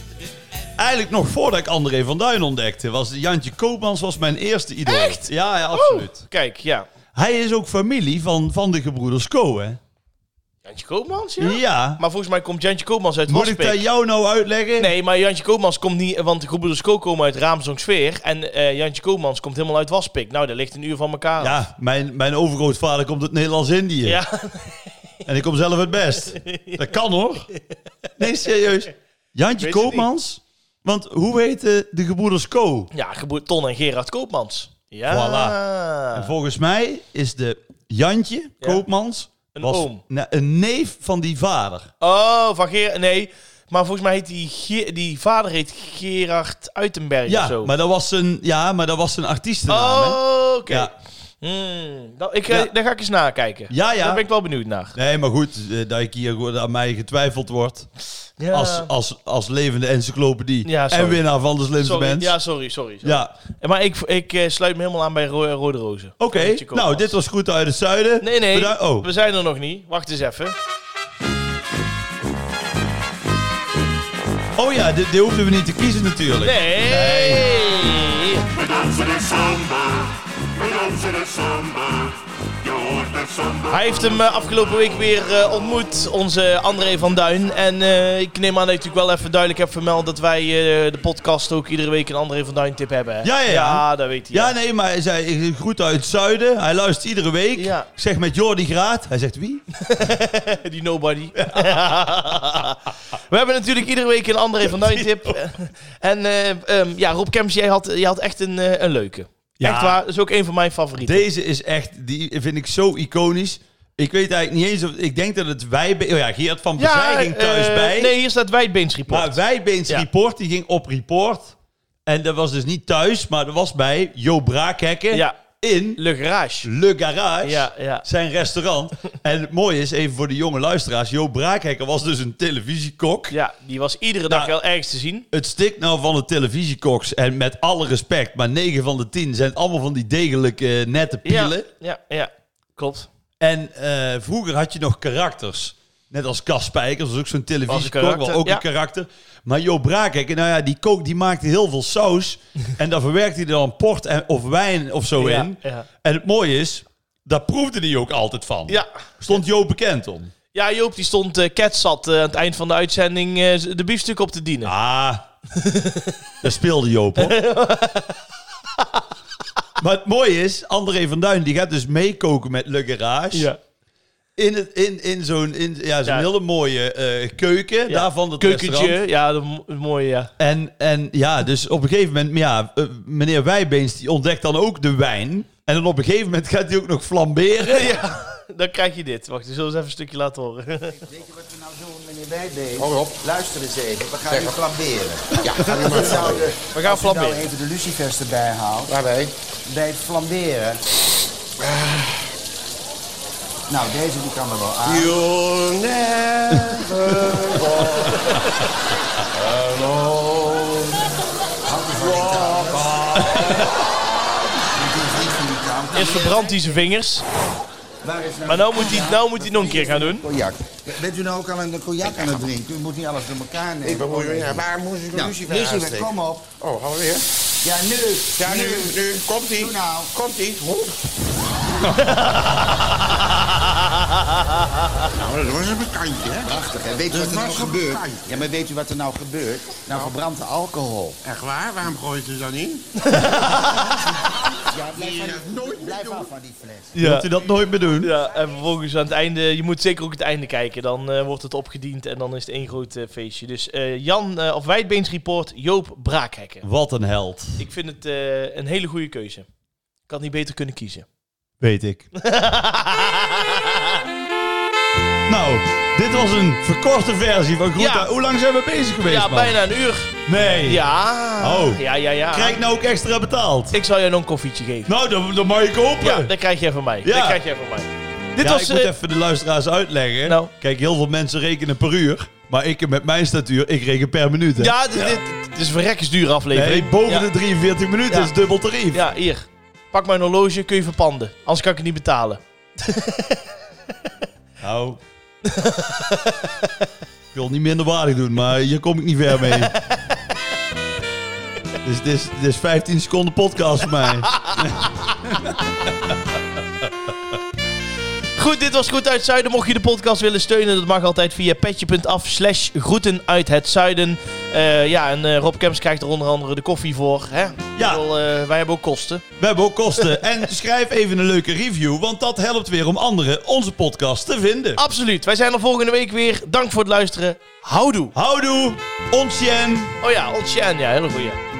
B: Eigenlijk nog voordat ik André van Duin ontdekte, was Jantje Koopmans was mijn eerste idool.
A: Echt?
B: Ja, ja, absoluut.
A: Kijk, ja.
B: Hij is ook familie van, van de gebroeders Ko, hè?
A: Jantje Koopmans, ja?
B: Ja.
A: Maar volgens mij komt Jantje Koopmans uit
B: Moet ik dat
A: Waspik.
B: jou nou uitleggen?
A: Nee, maar Jantje Koopmans komt niet... Want de Groep Co komen uit Raamsongsfeer. En eh, Jantje Koopmans komt helemaal uit Waspik. Nou, dat ligt een uur van elkaar. af.
B: Ja, mijn, mijn overgrootvader komt uit Nederlands-Indië.
A: Ja. [laughs]
B: En ik kom zelf het best. Dat kan hoor. Nee, serieus. Jantje
A: Weet je
B: Koopmans? Want hoe heten de gebroeders Ko?
A: Ja, geboer Ton en Gerard Koopmans. Ja.
B: En volgens mij is de Jantje
A: Ja.
B: Koopmans
A: Een
B: was
A: oom.
B: na- een neef van die vader.
A: Oh, van Gerard... Nee. Maar volgens mij heet die, Ge- die vader heet Gerard Uitenberg of
B: Ja,
A: zo.
B: maar dat was een, ja, maar dat was een artiestennaam. hè?
A: Oh, oké.
B: Ja.
A: Hmm, dat, ik,
B: Ja.
A: eh, Daar ga ik eens nakijken.
B: Ja, ja.
A: Daar ben ik wel benieuwd naar.
B: Nee, maar goed, eh, dat ik hier gewoon aan mij getwijfeld wordt.
A: Ja.
B: Als, als, als levende encyclopedie.
A: Ja, sorry.
B: en winnaar van de slimste
A: sorry,
B: mens.
A: ja, sorry, sorry. sorry.
B: Ja.
A: Eh, Maar ik, ik eh, sluit me helemaal aan bij Ro- Rode Rozen.
B: Oké,
A: Van Chico
B: nou,
A: Vals.
B: dit was goed uit het zuiden.
A: Nee, nee,
B: Bedankt- oh,
A: we zijn er nog niet. Wacht eens even.
B: oh ja, dit, dit hoefden we niet te kiezen natuurlijk.
A: Nee!
E: We dansen de samba, we dansen de samba. Je hoort de samba.
A: Hij heeft hem eh, afgelopen week weer eh, ontmoet, onze André van Duin. En eh, ik neem aan dat ik natuurlijk wel even duidelijk heb vermeld dat wij eh, de podcast ook iedere week een André van Duin tip hebben. hè?
B: Ja, ja, ja.
A: ja dat weet hij.
B: Ja, nee, maar hij zei eh, groet uit het zuiden. Hij luistert iedere week.
A: Ja.
B: Ik zeg met Jordi Graat. Hij zegt wie? [laughs]
A: Die nobody. [laughs] We hebben natuurlijk iedere week een André van Duin
B: [laughs]
A: tip. En eh, ehm, ja, Rob Kemps, jij had, jij had echt een, eh, een leuke.
B: Ja.
A: Echt waar, dat is ook een van mijn favorieten.
B: Deze is echt, die vind ik zo iconisch. Ik weet eigenlijk niet eens of, ik denk dat het wij, oh ja, Geert van Bezij ging thuis
A: eh,
B: bij. Nou,
A: Nee, hier staat Wijdbeens
B: Maar
A: Report.
B: Wijbeens
A: Ja.
B: Report, die ging op report. En dat was dus niet thuis, maar dat was bij Jo Braakhekken
A: Ja.
B: in
A: Le Garage.
B: Le Garage.
A: Ja, ja.
B: Zijn
A: [laughs]
B: restaurant. En het mooie is, even voor de jonge luisteraars, Jo Braakhekken was dus een televisiekok.
A: Ja, die was iedere dag
B: Nou,
A: wel ergens te zien.
B: Het stikt nou van de televisiekoks. En met alle respect, maar 9 van de 10 zijn het allemaal van die degelijke nette
A: Ja,
B: pielen.
A: ja, ja, klopt.
B: En eh, vroeger had je nog karakters. Net als Cas Spijkers, was ook zo'n televisiekok,
A: karakter,
B: wel ook
A: ja.
B: een karakter. Maar Jo Braakek, nou ja, die kook die maakte heel veel
A: [laughs]
B: saus. en daar verwerkte hij dan port en, of wijn of zo
A: Ja,
B: in.
A: ja.
B: En het mooie is, daar proefde hij ook altijd van.
A: Ja.
B: Stond Jo bekend om.
A: Ja, Joop die stond eh cat zat eh, aan het eind van de uitzending eh, z- de biefstuk op te dienen. [laughs]
B: Ah, daar speelde Joop hoor. maar het mooie is, André van Duin die gaat dus meekoken met Le Garage. In, het, in, in zo'n in, ja, zo'n
A: Ja.
B: hele mooie eh, keuken.
A: Ja.
B: Daarvan het restaurant.
A: Keukentje, ja, dat mo- mooie, ja. [laughs]
B: En, en ja, dus op een gegeven moment... Ja, eh, meneer Wijbeens die ontdekt dan ook de wijn. En dan op een gegeven moment gaat hij ook nog flamberen. [laughs]
A: Ja, dan krijg je dit. Wacht, ik zal eens even een stukje laten horen. [laughs]
F: Weet je wat we nou doen, meneer Wijdbeen? Luister eens even, we gaan nu flamberen. Ja, we gaan nu
A: We gaan
F: nou
A: flamberen.
F: even de lucifers erbij haalt,
G: Daarbij.
F: bij het flamberen. Nou, deze die kan er wel aan.
G: You'll never walk alone.
F: Die is niet van die kant.
A: Eerst verbrandt hij zijn vingers.
F: Waar is nou
A: Maar nou moet hij, nou moet hij het nog een keer gaan
B: [laughs]
A: doen.
F: cognac? Bent u nou ook al een cognac aan het drinken? U moet niet alles door elkaar nemen.
G: Ik bemoei me. Ja, waar moest ik de
F: Nou,
G: lucifer
F: lucifer,
G: aansteken?
F: kom op.
G: Oh, gaan we weer?
F: Ja, nu.
G: Ja, nu, nu, komt ie.
F: Doe nou.
G: Komt ie.
F: Nou, dat was een bekantje, hè? Prachtig, hè? Weet u wat er nou gebeurt? Ja, maar weet u wat er nou gebeurt? Nou, verbrandt de alcohol.
G: Echt waar? Waarom gooi je het dan in?
F: Ja, blijf, van die,
G: nooit meer
F: blijf
G: doen.
F: af van die fles.
A: Ja.
B: Dat hij dat nooit meer doen.
A: Ja, en vervolgens aan het einde, je moet zeker ook het einde kijken. Dan eh, wordt het opgediend en dan is het één groot eh, feestje. Dus eh, Jan, eh, of Wijdbeens Report, Joop Braakhekken.
B: Wat een held.
A: Ik vind het eh, een hele goede keuze. Ik had niet beter kunnen
B: [laughs]
A: kiezen.
B: Weet ik. nou, dit was een verkorte versie van Groeta.
A: Ja.
B: Hoe lang zijn we bezig geweest,
A: Ja,
B: man?
A: bijna een uur.
B: Nee.
A: Ja.
B: Oh.
A: Ja, ja, ja.
B: Krijg ik nou ook extra betaald?
A: Ik zal jou nog een koffietje geven.
B: Nou, dan, dan mag je kopen.
A: Ja, dat krijg jij van mij.
B: Ja.
A: Dat krijg jij van mij. Dit
B: Ja,
A: was...
B: ik moet
A: eh,
B: even de luisteraars uitleggen.
A: Nou.
B: Kijk, heel veel mensen rekenen per uur. Maar ik met mijn statuur, ik reken per minuut. Hè?
A: ja, dit, dit, dit is een verrekkersdure aflevering.
B: Nee, boven
A: Ja.
B: de 43 minuten
A: Ja.
B: is dubbel tarief.
A: Ja, hier. Pak mijn horloge, kun je verpanden. Anders kan ik het niet betalen.
B: Nou. ik wil het niet minderwaardig doen, maar hier kom ik niet ver
A: [laughs]
B: mee. dus dit is, dit is 15 seconden podcast voor mij.
A: Goed, dit was Goed uit Zuiden. Mocht je de podcast willen steunen, dat mag altijd via petje.af slash groeten uit het zuiden. Eh, ja, en eh, Rob Kemps krijgt er onder andere de koffie voor. Hè?
B: Ja.
A: Ik bedoel, eh, wij hebben ook kosten.
B: We hebben ook kosten. En schrijf even een leuke review, want dat helpt weer om anderen onze podcast te vinden.
A: Absoluut. Wij zijn er volgende week weer. Dank voor het luisteren. Houdoe.
B: Houdoe, ons Jen.
A: Oh ja, Ontsjan. Ja, hele goeie.